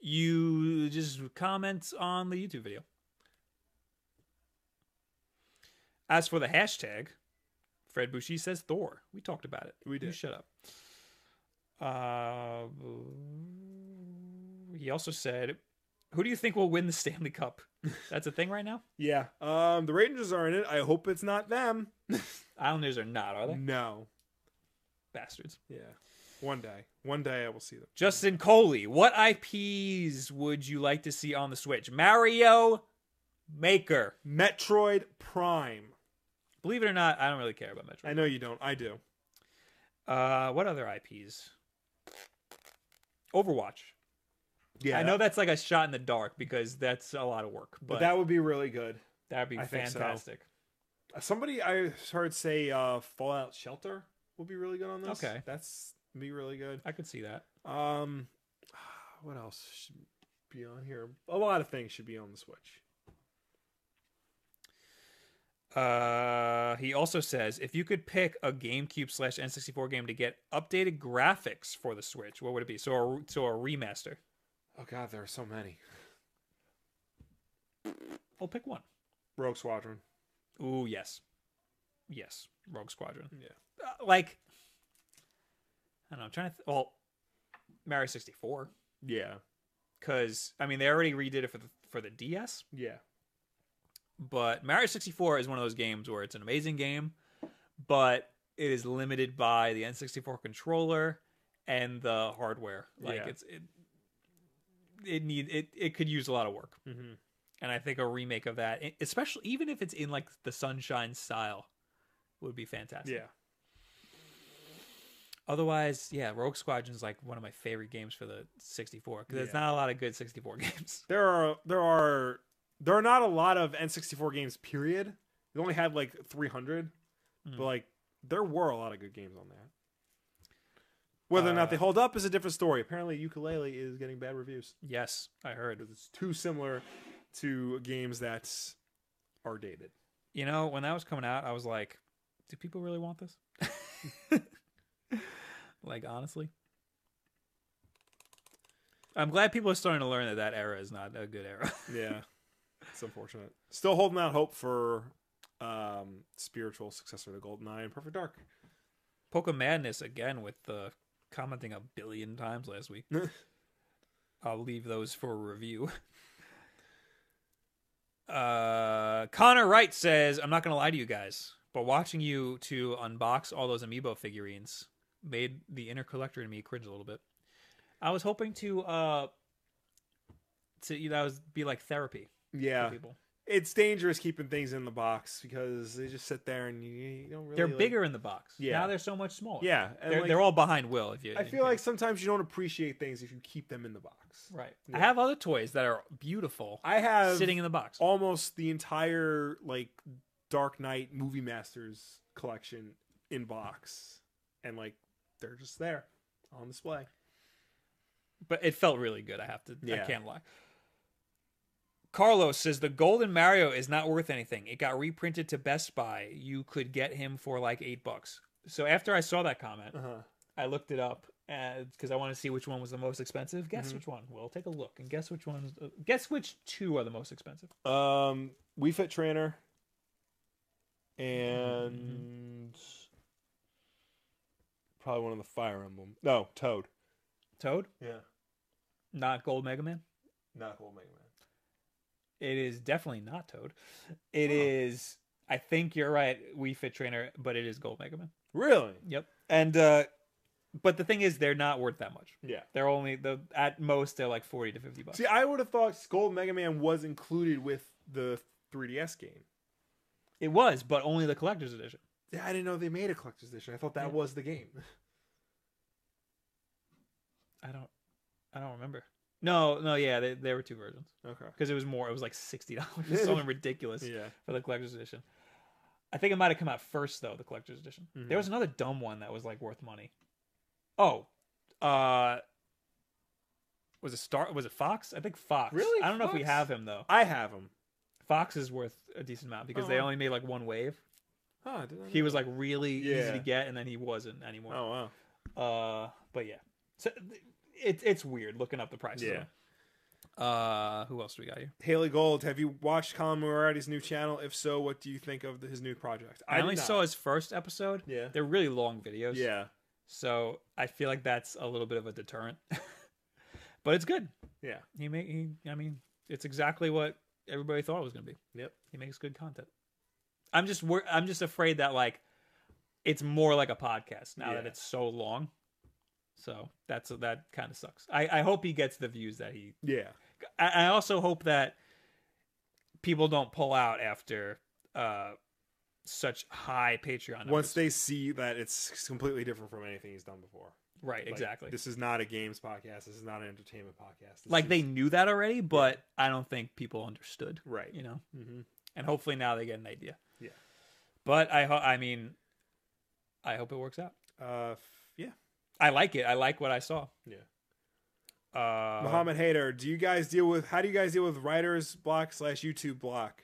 you just comment on the YouTube video. As for the hashtag, Fred Bushy says Thor. We talked about it.
We
You
did.
shut up. Uh, he also said, "Who do you think will win the Stanley Cup?" That's a thing right now.
Yeah. Um, the Rangers are in it. I hope it's not them.
Islanders are not, are they?
No.
Bastards.
Yeah. One day. One day I will see them.
Justin Coley, what IPs would you like to see on the Switch? Mario Maker.
Metroid Prime.
Believe it or not, I don't really care about
I
Metroid.
know you don't. I do.
Uh, what other IPs? Overwatch. I know that's like a shot in the dark because that's a lot of work, but,
But that would be really good.
that would be
I think so.
fantastic.
Uh, Somebody I heard say uh, Fallout Shelter will be really good on this.
Okay.
That's be really good.
I could see that.
Um, what else should be on here? A lot of things should be on the Switch.
Uh, he also says if you could pick a GameCube slash N64 game to get updated graphics for the Switch, what would it be? So a, so a remaster.
Oh God, there are so many.
I'll pick one.
Rogue Squadron.
Ooh, yes, yes, Rogue Squadron.
Yeah.
Uh, like I don't know. I'm trying to th- well, Mario 64
Yeah.
because I mean they already redid it for the for the DS,
Yeah.
but Mario 64 is one of those games where it's an amazing game, but it is limited by the N64 controller and the hardware. Like
Yeah.
it's it it need it it could use a lot of work.
Mm-hmm.
And I think a remake of that, e- especially even if it's in like the sunshine style, would be fantastic.
Yeah.
Otherwise, yeah, Rogue Squadron is like one of my favorite games for the 64 because there's
Yeah.
not a lot of good 64 games.
There are there are there are not a lot of N64 games. Period. We only had like 300, but like there were a lot of good games on that. Whether or not they
Uh,
hold up is a different story. Apparently, Ukulele is getting bad reviews
Yes, I heard.
because it's too similar to games that are dated.
You know, when that was coming out, I was like, do people really want this? like, honestly. I'm glad people are starting to learn that that era is not a good era.
Yeah, it's unfortunate. Still holding out hope for um spiritual successor to GoldenEye and Perfect Dark.
Poker Madness again with the commenting a billion times last week. I'll leave those for review. Uh, Connor Wright says, "I'm not gonna lie to you guys, but watching you to unbox all those amiibo figurines made the inner collector in me cringe a little bit. I was hoping to uh to you know, that was be like therapy for
Yeah,
people.
it's dangerous keeping things in the box because they just sit there and you, you don't really.
They're
like-
bigger in the box.
Yeah.
now they're so much smaller.
Yeah, and
they're,
like,
they're all behind Will. If you,
I
if
feel
you-
like sometimes you don't appreciate things if you keep them in the box.
Right.
Yeah.
I have other toys that are beautiful
I have
sitting in the box.
almost the entire like Dark Knight Movie Masters collection in box, and like they're just there on display.
but it felt really good. I have to. I
Yeah.
can't lie. Carlos says the Golden Mario is not worth anything. It got reprinted to Best Buy. You could get him for like eight bucks. So after I saw that comment,
Uh-huh.
I looked it up because I want to see which one was the most expensive. Guess
Mm-hmm.
which one? Well, take a look and guess which ones. Uh, guess which two are the most expensive?
Um, We Fit Trainer Mm-hmm. and probably one of the Fire Emblem. No, Toad.
Toad,
Yeah,
not Gold Mega Man.
not Gold Mega Man.
It is definitely not Toad. It is. I think you're right. We Fit Trainer, but it is Gold Mega Man.
Really?
Yep. And uh but the thing is they're not worth that much.
Yeah.
They're only the at most they're like 40 to 50 bucks.
See, I would have thought Gold Mega Man was included with the 3DS game.
It was, but only the collector's edition.
Yeah, I didn't know they made a collector's edition. I thought that
Yeah.
was the game.
I don't I don't remember. No, no, yeah, they, there were two versions
Okay.
because it was more. It was like sixty dollars, something ridiculous
Yeah.
for the collector's edition. I think it might have come out first though, the collector's edition.
Mhm.
There was another dumb one that was like worth money. Oh, uh was it Star was it Fox? I think Fox.
Really?
I don't know if we
Fox?
have him though.
I have him.
Fox is worth a decent amount because they
Oh.
only made like one wave.
Huh, did I
He
know
was like really easy
Yeah.
to get and then he wasn't
that?
anymore.
Oh wow.
Uh, but yeah, so it's it's weird looking up the prices.
Yeah.
though. Uh, who else do we got here?
Haley Gold, have you watched Colin Moriarty's new channel? If so, what do you think of the, his new project?
I,
did
only
not.
saw his first episode.
Yeah.
They're really long videos.
Yeah.
So I feel like that's a little bit of a deterrent, but it's good.
Yeah.
He make he, I mean, it's exactly what everybody thought it was going to be.
Yep.
He makes good content. I'm just wor- I'm just afraid that like it's more like a podcast now that
Yeah.
it's so long. So that's that kind of sucks. I, I hope he gets the views that he
Yeah.
I, I also hope that people don't pull out after uh, such high Patreon. Numbers.
Once they see that it's completely different from anything he's done before.
right,
Like,
exactly.
This is not a games podcast. This is not an entertainment podcast. This
like
is-
they knew that already, but I don't think people understood.
Right.
You know,
Mm-hmm.
and hopefully now they get an idea.
Yeah.
But I hope. I mean, I hope it works out.
Uh, f- yeah.
I like it. I like what I saw.
Yeah.
Uh,
Muhammad Hader, do you guys deal with how do you guys deal with writer's block slash YouTube block?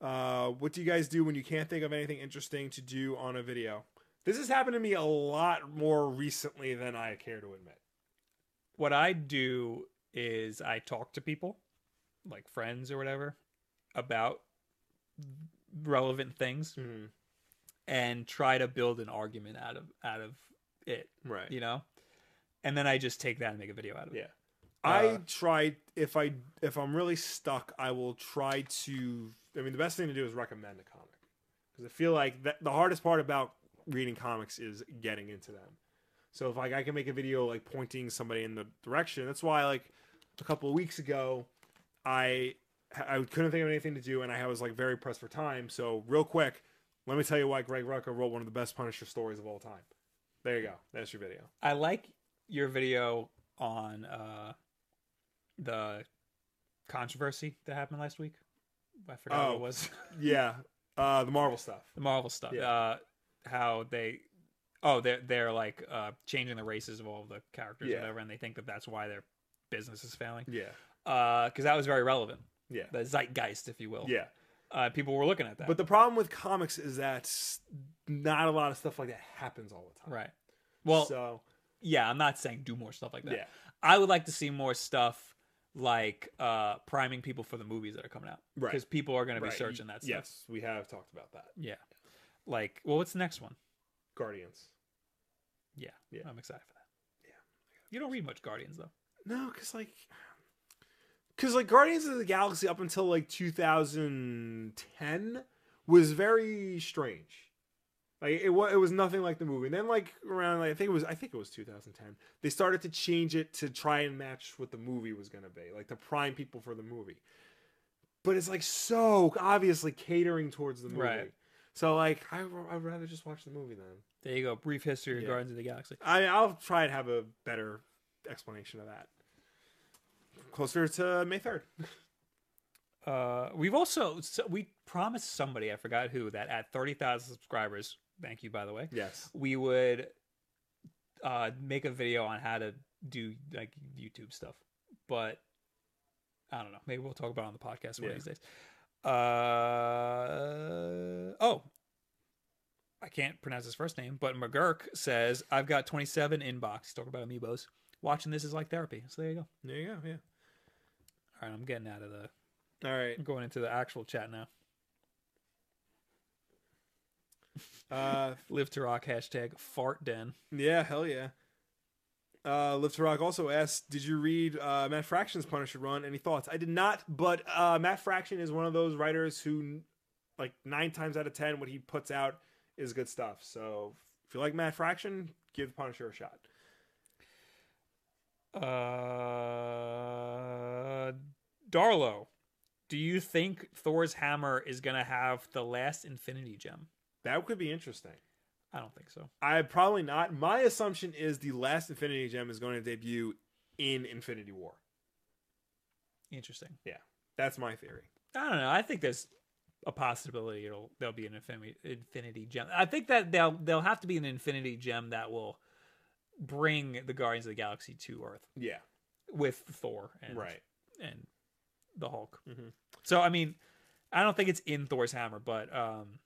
Uh, what do you guys do when you can't think of anything interesting to do on a video? This has happened to me a lot more recently than I care to admit.
what I do is I talk to people, like friends or whatever, about relevant things.
Mm-hmm.
and try to build an argument out of out of it,
Right.
you know? And then I just take that and make a video out of it.
Yeah. I
Uh,
try if I if I'm really stuck, I will try to. I mean, the best thing to do is recommend a comic because I feel like that, the hardest part about reading comics is getting into them. So if like I can make a video like pointing somebody in the direction, that's why like a couple of weeks ago, I I couldn't think of anything to do and I was like very pressed for time. So real quick, let me tell you why Greg Rucka wrote one of the best Punisher stories of all time. There you go. That's your video.
I like your video on uh the controversy that happened last week. I forgot what
Oh.
it was.
Yeah, uh, the Marvel stuff.
the Marvel stuff.
Yeah.
Uh how they oh, they're they're like uh changing the races of all the characters
Yeah.
or whatever and they think that that's why their business is failing.
Yeah,
Uh cuz that was very relevant.
yeah,
The zeitgeist if you will.
yeah.
Uh people were looking at that.
But the problem with comics is that s- not a lot of stuff like that happens all the time.
right. Well,
so
yeah, I'm not saying do more stuff like that.
yeah,
I would like to see more stuff like uh priming people for the movies that are coming out.
Right.
Because people are going to be
Right.
searching that stuff.
Yes, we have talked about that.
Yeah. Like, well, what's the next one?
Guardians.
Yeah.
Yeah.
I'm excited for that. Yeah. You don't read much Guardians though.
No, because like, because like Guardians of the Galaxy up until like 2010 was very strange. Like it was, it was nothing like the movie. And then like around, like, I think it was, I think it was 2010. They started to change it to try and match what the movie was gonna be, like to prime people for the movie. But it's like so obviously catering towards the movie.
Right.
So like, I I'd rather just watch the movie then.
There you go. Brief history of
Yeah.
Guardians of the Galaxy.
I I'll try and have a better explanation of that closer to May third.
Uh, we've also so we promised somebody I forgot who that at thirty thousand subscribers. Thank you, by the way.
Yes.
We would uh make a video on how to do like YouTube stuff, but I don't know. Maybe we'll talk about it on the podcast one
Yeah.
of these days. Uh oh. I can't pronounce his first name, but McGurk says, I've got 27 inbox. Talk about amiibos. Watching this is like therapy. So there you go. All
There you go. Yeah.
right, I'm getting out of the
All right.
I'm going into the actual chat now.
Uh,
Live to rock hashtag fart den.
yeah. Hell yeah. Uh, Live to Rock also asks, did you read uh, Matt Fraction's Punisher run? Any thoughts? I did not, but uh, Matt Fraction is one of those writers who, like nine times out of ten, what he puts out is good stuff. So if you like Matt Fraction, give Punisher a shot.
Uh, Darlo, do you think Thor's hammer is gonna have the last Infinity Gem?
That could be interesting.
I don't think so.
I probably not. My assumption is the last Infinity Gem is going to debut in Infinity War.
Interesting.
That's my theory.
I don't know. I think there's a possibility it'll there'll be an Infinity Infinity Gem. I think that they'll they'll have to be an Infinity Gem that will bring the Guardians of the Galaxy to Earth
Yeah.
with Thor and
Right.
and the Hulk.
Mhm.
So I mean, I don't think it's in Thor's hammer, but um,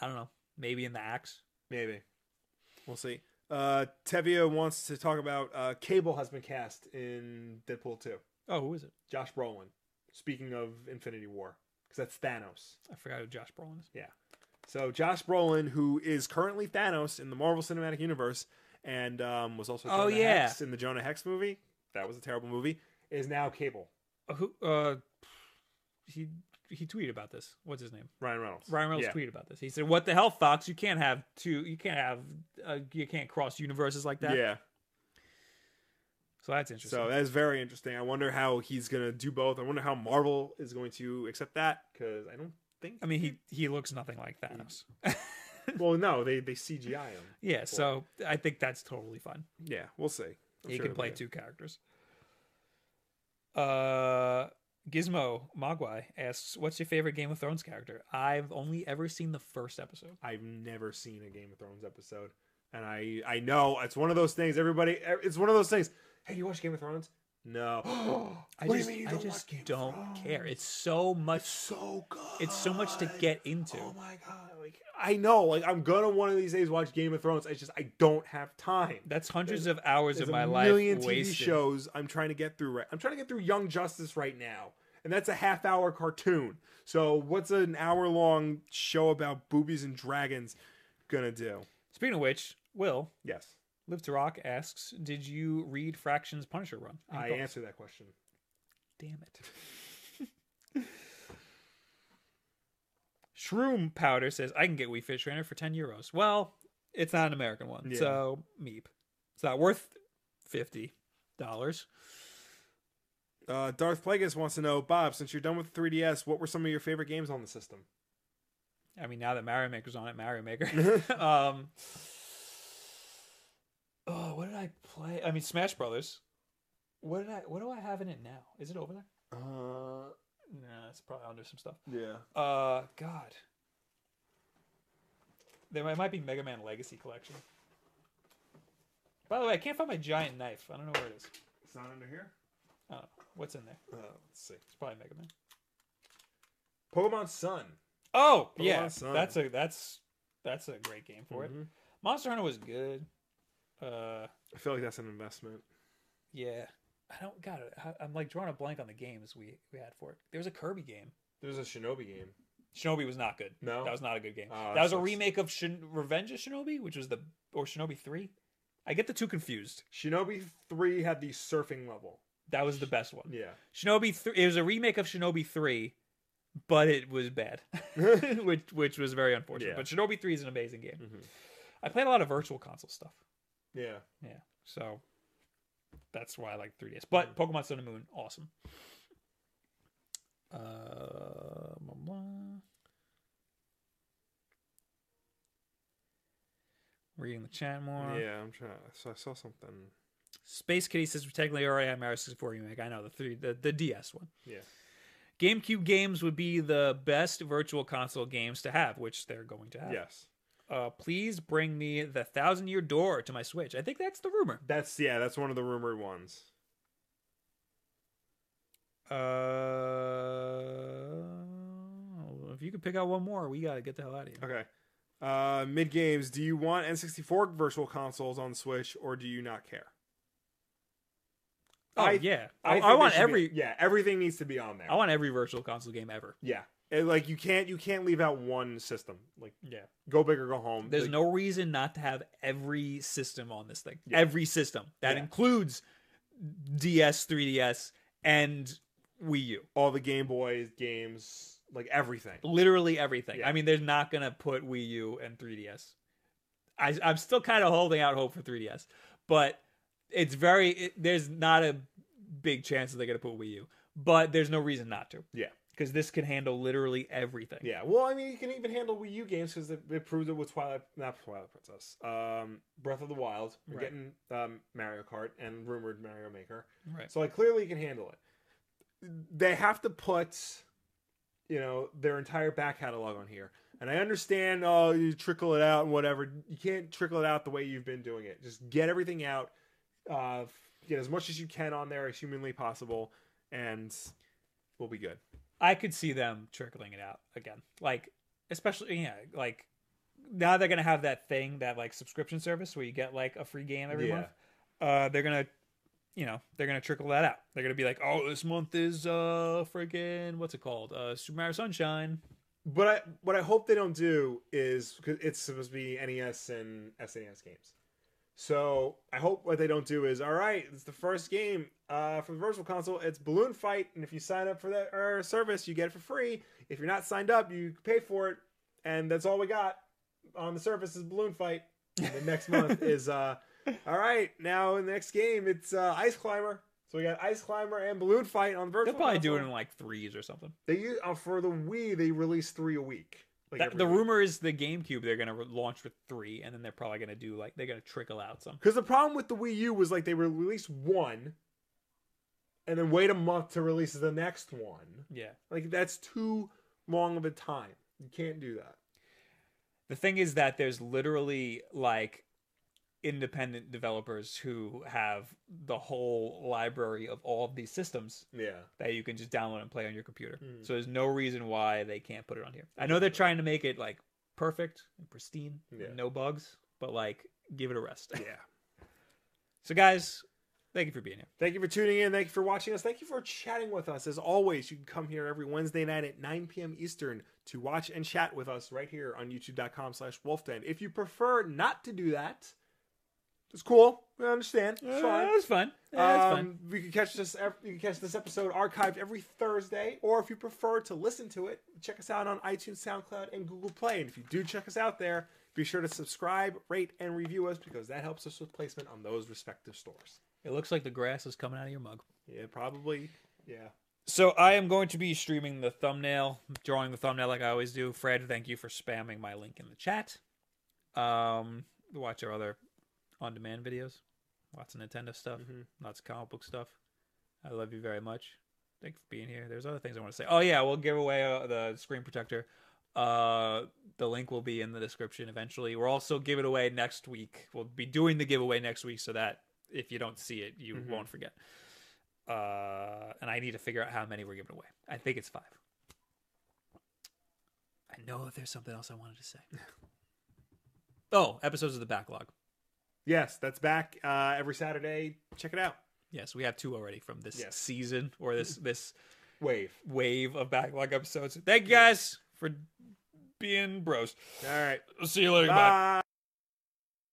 I don't know. Maybe in the axe.
Maybe. We'll see. Uh, Tevia wants to talk about uh, Cable has been cast in Deadpool 2.
Oh, who is it?
Josh Brolin. Speaking of Infinity War, because that's Thanos.
I forgot who Josh Brolin is.
So Josh Brolin, who is currently Thanos in the Marvel Cinematic Universe, and um, was also Jonah
Oh, yeah.
Hex in the Jonah Hex movie. That was a terrible movie. Is now Cable.
Uh, Who? Uh, he he tweeted about this. What's his name?
Ryan Reynolds.
Ryan Reynolds
Yeah.
tweeted about this. He said, "What the hell, Fox? You can't have two. You can't have. Uh, you can't cross universes like that."
Yeah.
So that's interesting.
So that is very interesting. I wonder how he's gonna do both. I wonder how Marvel is going to accept that because I don't think.
I mean, he he looks nothing like Thanos.
well, no, they they CGI him.
Yeah. So I think that's totally fun.
Yeah, we'll see. I'm
he
sure
can
it'll
play
be
two characters. Uh, Gizmo Mogwai asks, "What's your favorite Game of Thrones character?" I've only ever seen the first episode.
good. I've never seen a Game of Thrones episode, and I I know it's one of those things. Everybody, e, it's one of those things. Hey, you watch Game of Thrones? No.
I
What do you
just,
mean you
I
don't
just
watch Game of
don't
Thrones?
care. It's so much.
so good.
It's so much to get into.
Oh my god! Like I know, like I'm gonna one of these days watch Game of Thrones. I just I don't have time.
That's hundreds of hours of
There's
my
a
life
million TV
wasted.
shows I'm trying to get through. Right, I'm trying to get through Young Justice right now, and that's a half hour cartoon. So what's an hour long show about boobies and dragons gonna do?
Speaking of which, Will
Yes,
Live to Rock asks, "Did you read Fraction's Punisher run?" Any
I
thoughts?
answered that question.
Damn it. Shroom Powder says, I can get Wii Fit Trainer for 10 euros. Well, it's not an American one.
Yeah.
So, meep. It's not worth $50.
Uh, Darth Plagueis wants to know, Bob, since you're done with 3DS, what were some of your favorite games on the system?
I mean, now that Mario Maker's on it, Mario Maker. um, oh, what did I play? I mean, Smash Brothers. What did I? What do I have in it now? Is it over there?
Uh,
Nah, it's probably under some stuff.
yeah.
Uh, God. There might, might be Mega Man Legacy Collection. By the way, I can't find my giant knife. I don't know where it is.
It's not under here.
I don't know. What's in there?
Uh, let's see.
It's probably Mega Man.
Pokemon Sun.
Oh,
Oh,
yeah,
awesome.
that's a that's that's a great game for it.
Mhm.
Monster Hunter was good. Uh,
I feel like that's an investment.
yeah. I don't got it. I- I'm like drawing a blank on the games we we had for it. There was a Kirby game.
There's a Shinobi game.
Shinobi was not good.
No?
that was not a good game.
Oh,
that
that
was a
sucks.
remake of Shin- Revenge of Shinobi, which was the or Shinobi Three. I get the two confused.
Shinobi 3 had the surfing level.
That was the best one.
Yeah.
Shinobi three. It was a remake of Shinobi three, but it was bad, which which was very unfortunate.
Yeah.
But Shinobi three is an amazing game.
Mhm.
I played a lot of virtual console stuff,
Yeah.
so that's why I like 3ds.
Mm.
But Pokemon Sun and Moon, awesome. Uh, blah, blah. Reading the chat more.
Yeah, I'm trying. So I saw something.
Space Kitty says we technically already have Mario 64 remake. I know the three, the, the DS one.
Yeah.
GameCube games would be the best virtual console games to have, which they're going to have.
Yes.
Uh, please bring me the Thousand Year Door to my Switch. I think that's the rumor.
That's, yeah, that's one of the rumored ones.
Uh, if you could pick out one more, we gotta get the hell out of here.
Okay. Uh, Mid games, do you want N64 virtual consoles on Switch or do you not care?
Oh
I-
yeah, Oh, I,
think
I
they
want
should be-
every
yeah, everything needs to be on there.
I want every virtual console game ever.
yeah. And, like you can't you can't leave out one system. Like
Yeah,
go big or go home.
there's
Like,
no reason not to have every system on this thing.
Yeah.
Every system that
Yeah.
includes DS, 3DS, and Wii U.
all the Game Boys games, like everything.
literally everything.
Yeah.
I mean, they're not gonna put Wii U and 3DS. I, I'm still kind of holding out hope for 3DS, but it's very it, there's not a big chance that they're gonna put Wii U, but there's no reason not to.
Yeah.
because this can handle literally everything.
Yeah, well, I mean, you can even handle Wii U games because it, it proved it with Twilight, not Twilight Princess, um, Breath of the Wild. We're
Right.
getting um, Mario Kart and rumored Mario Maker,
Right.
so like clearly you can handle it. They have to put, you know, their entire back catalog on here And I understand, oh, you trickle it out and whatever. You can't trickle it out the way you've been doing it. Just get everything out, uh, get as much as you can on there as humanly possible, and we'll be good.
I could see them trickling it out again. Like, especially, yeah, like now they're gonna have that thing that like subscription service where you get like a free game every
Yeah.
month. Uh, they're gonna, you know, they're gonna trickle that out. They're gonna be like, oh, this month is uh freaking what's it called? Uh, Super Mario Sunshine.
But I, what I hope they don't do is because it's supposed to be NES and SNES E games. So I hope what they don't do is all right. It's the first game uh, for the Virtual Console. It's Balloon Fight, and if you sign up for that uh, service, you get it for free. If you're not signed up, you pay for it, and that's all we got on the service is Balloon Fight. And the next month is uh, all right. Now in the next game, it's uh, Ice Climber. So we got Ice Climber and Balloon Fight on Virtual.
They'll probably
Console.
do it in like threes or something.
They use, uh, for the Wii. They release three a week. Like
That-
every
the
week.
rumor is the GameCube they're gonna re- launch with three, and then they're probably gonna do like they're gonna trickle out some.
Because the problem with the Wii U was like they would release one, and then wait a month to release the next one.
Yeah.
Like that's too long of a time. You can't do that.
The thing is that there's literally like independent developers who have the whole library of all of these systems
Yeah.
that you can just download and play on your computer.
Mm.
So there's no reason why they can't put it on here. I know they're trying to make it like perfect and pristine, and
Yeah.
no bugs, but like give it a rest.
Yeah.
so guys, thank you for being here.
Thank you for tuning in. Thank you for watching us. Thank you for chatting with us. As always, you can come here every Wednesday night at 9 p.m. Eastern to watch and chat with us right here on youtube.com slash wolfden. If you prefer not to do that, it's cool. We understand. It's fine.
Uh, it's fun. Yeah, it's fun.
Um, we can catch this. ep- You can catch this episode archived every Thursday, or if you prefer to listen to it, check us out on iTunes, SoundCloud, and Google Play. And if you do check us out there, be sure to subscribe, rate, and review us because that helps us with placement on those respective stores.
It looks like the grass is coming out of your mug.
Yeah, probably. Yeah.
So I am going to be streaming the thumbnail, drawing the thumbnail like I always do. Fred, thank you for spamming my link in the chat. Um, watch our other on-demand videos, lots of Nintendo stuff,
Mhm.
lots of comic book stuff. I love you very much. Thank you for being here. There's other things I want to say. Oh yeah, we'll give away uh, the screen protector. Uh, the link will be in the description eventually. We're also giving it away next week. We'll be doing the giveaway next week so that if you don't see it, you
Mhm.
won't forget. Uh, and I need to figure out how many we're giving away. I think it's five. I know if there's something else I wanted to say. oh, episodes of the backlog.
Yes, that's back uh, every Saturday. Check it out.
Yes, we have two already from this
Yes.
season or this this
Wave.
wave of backlog episodes. Thank you guys for being bros.
All right.
See you later. Bye.
Bye.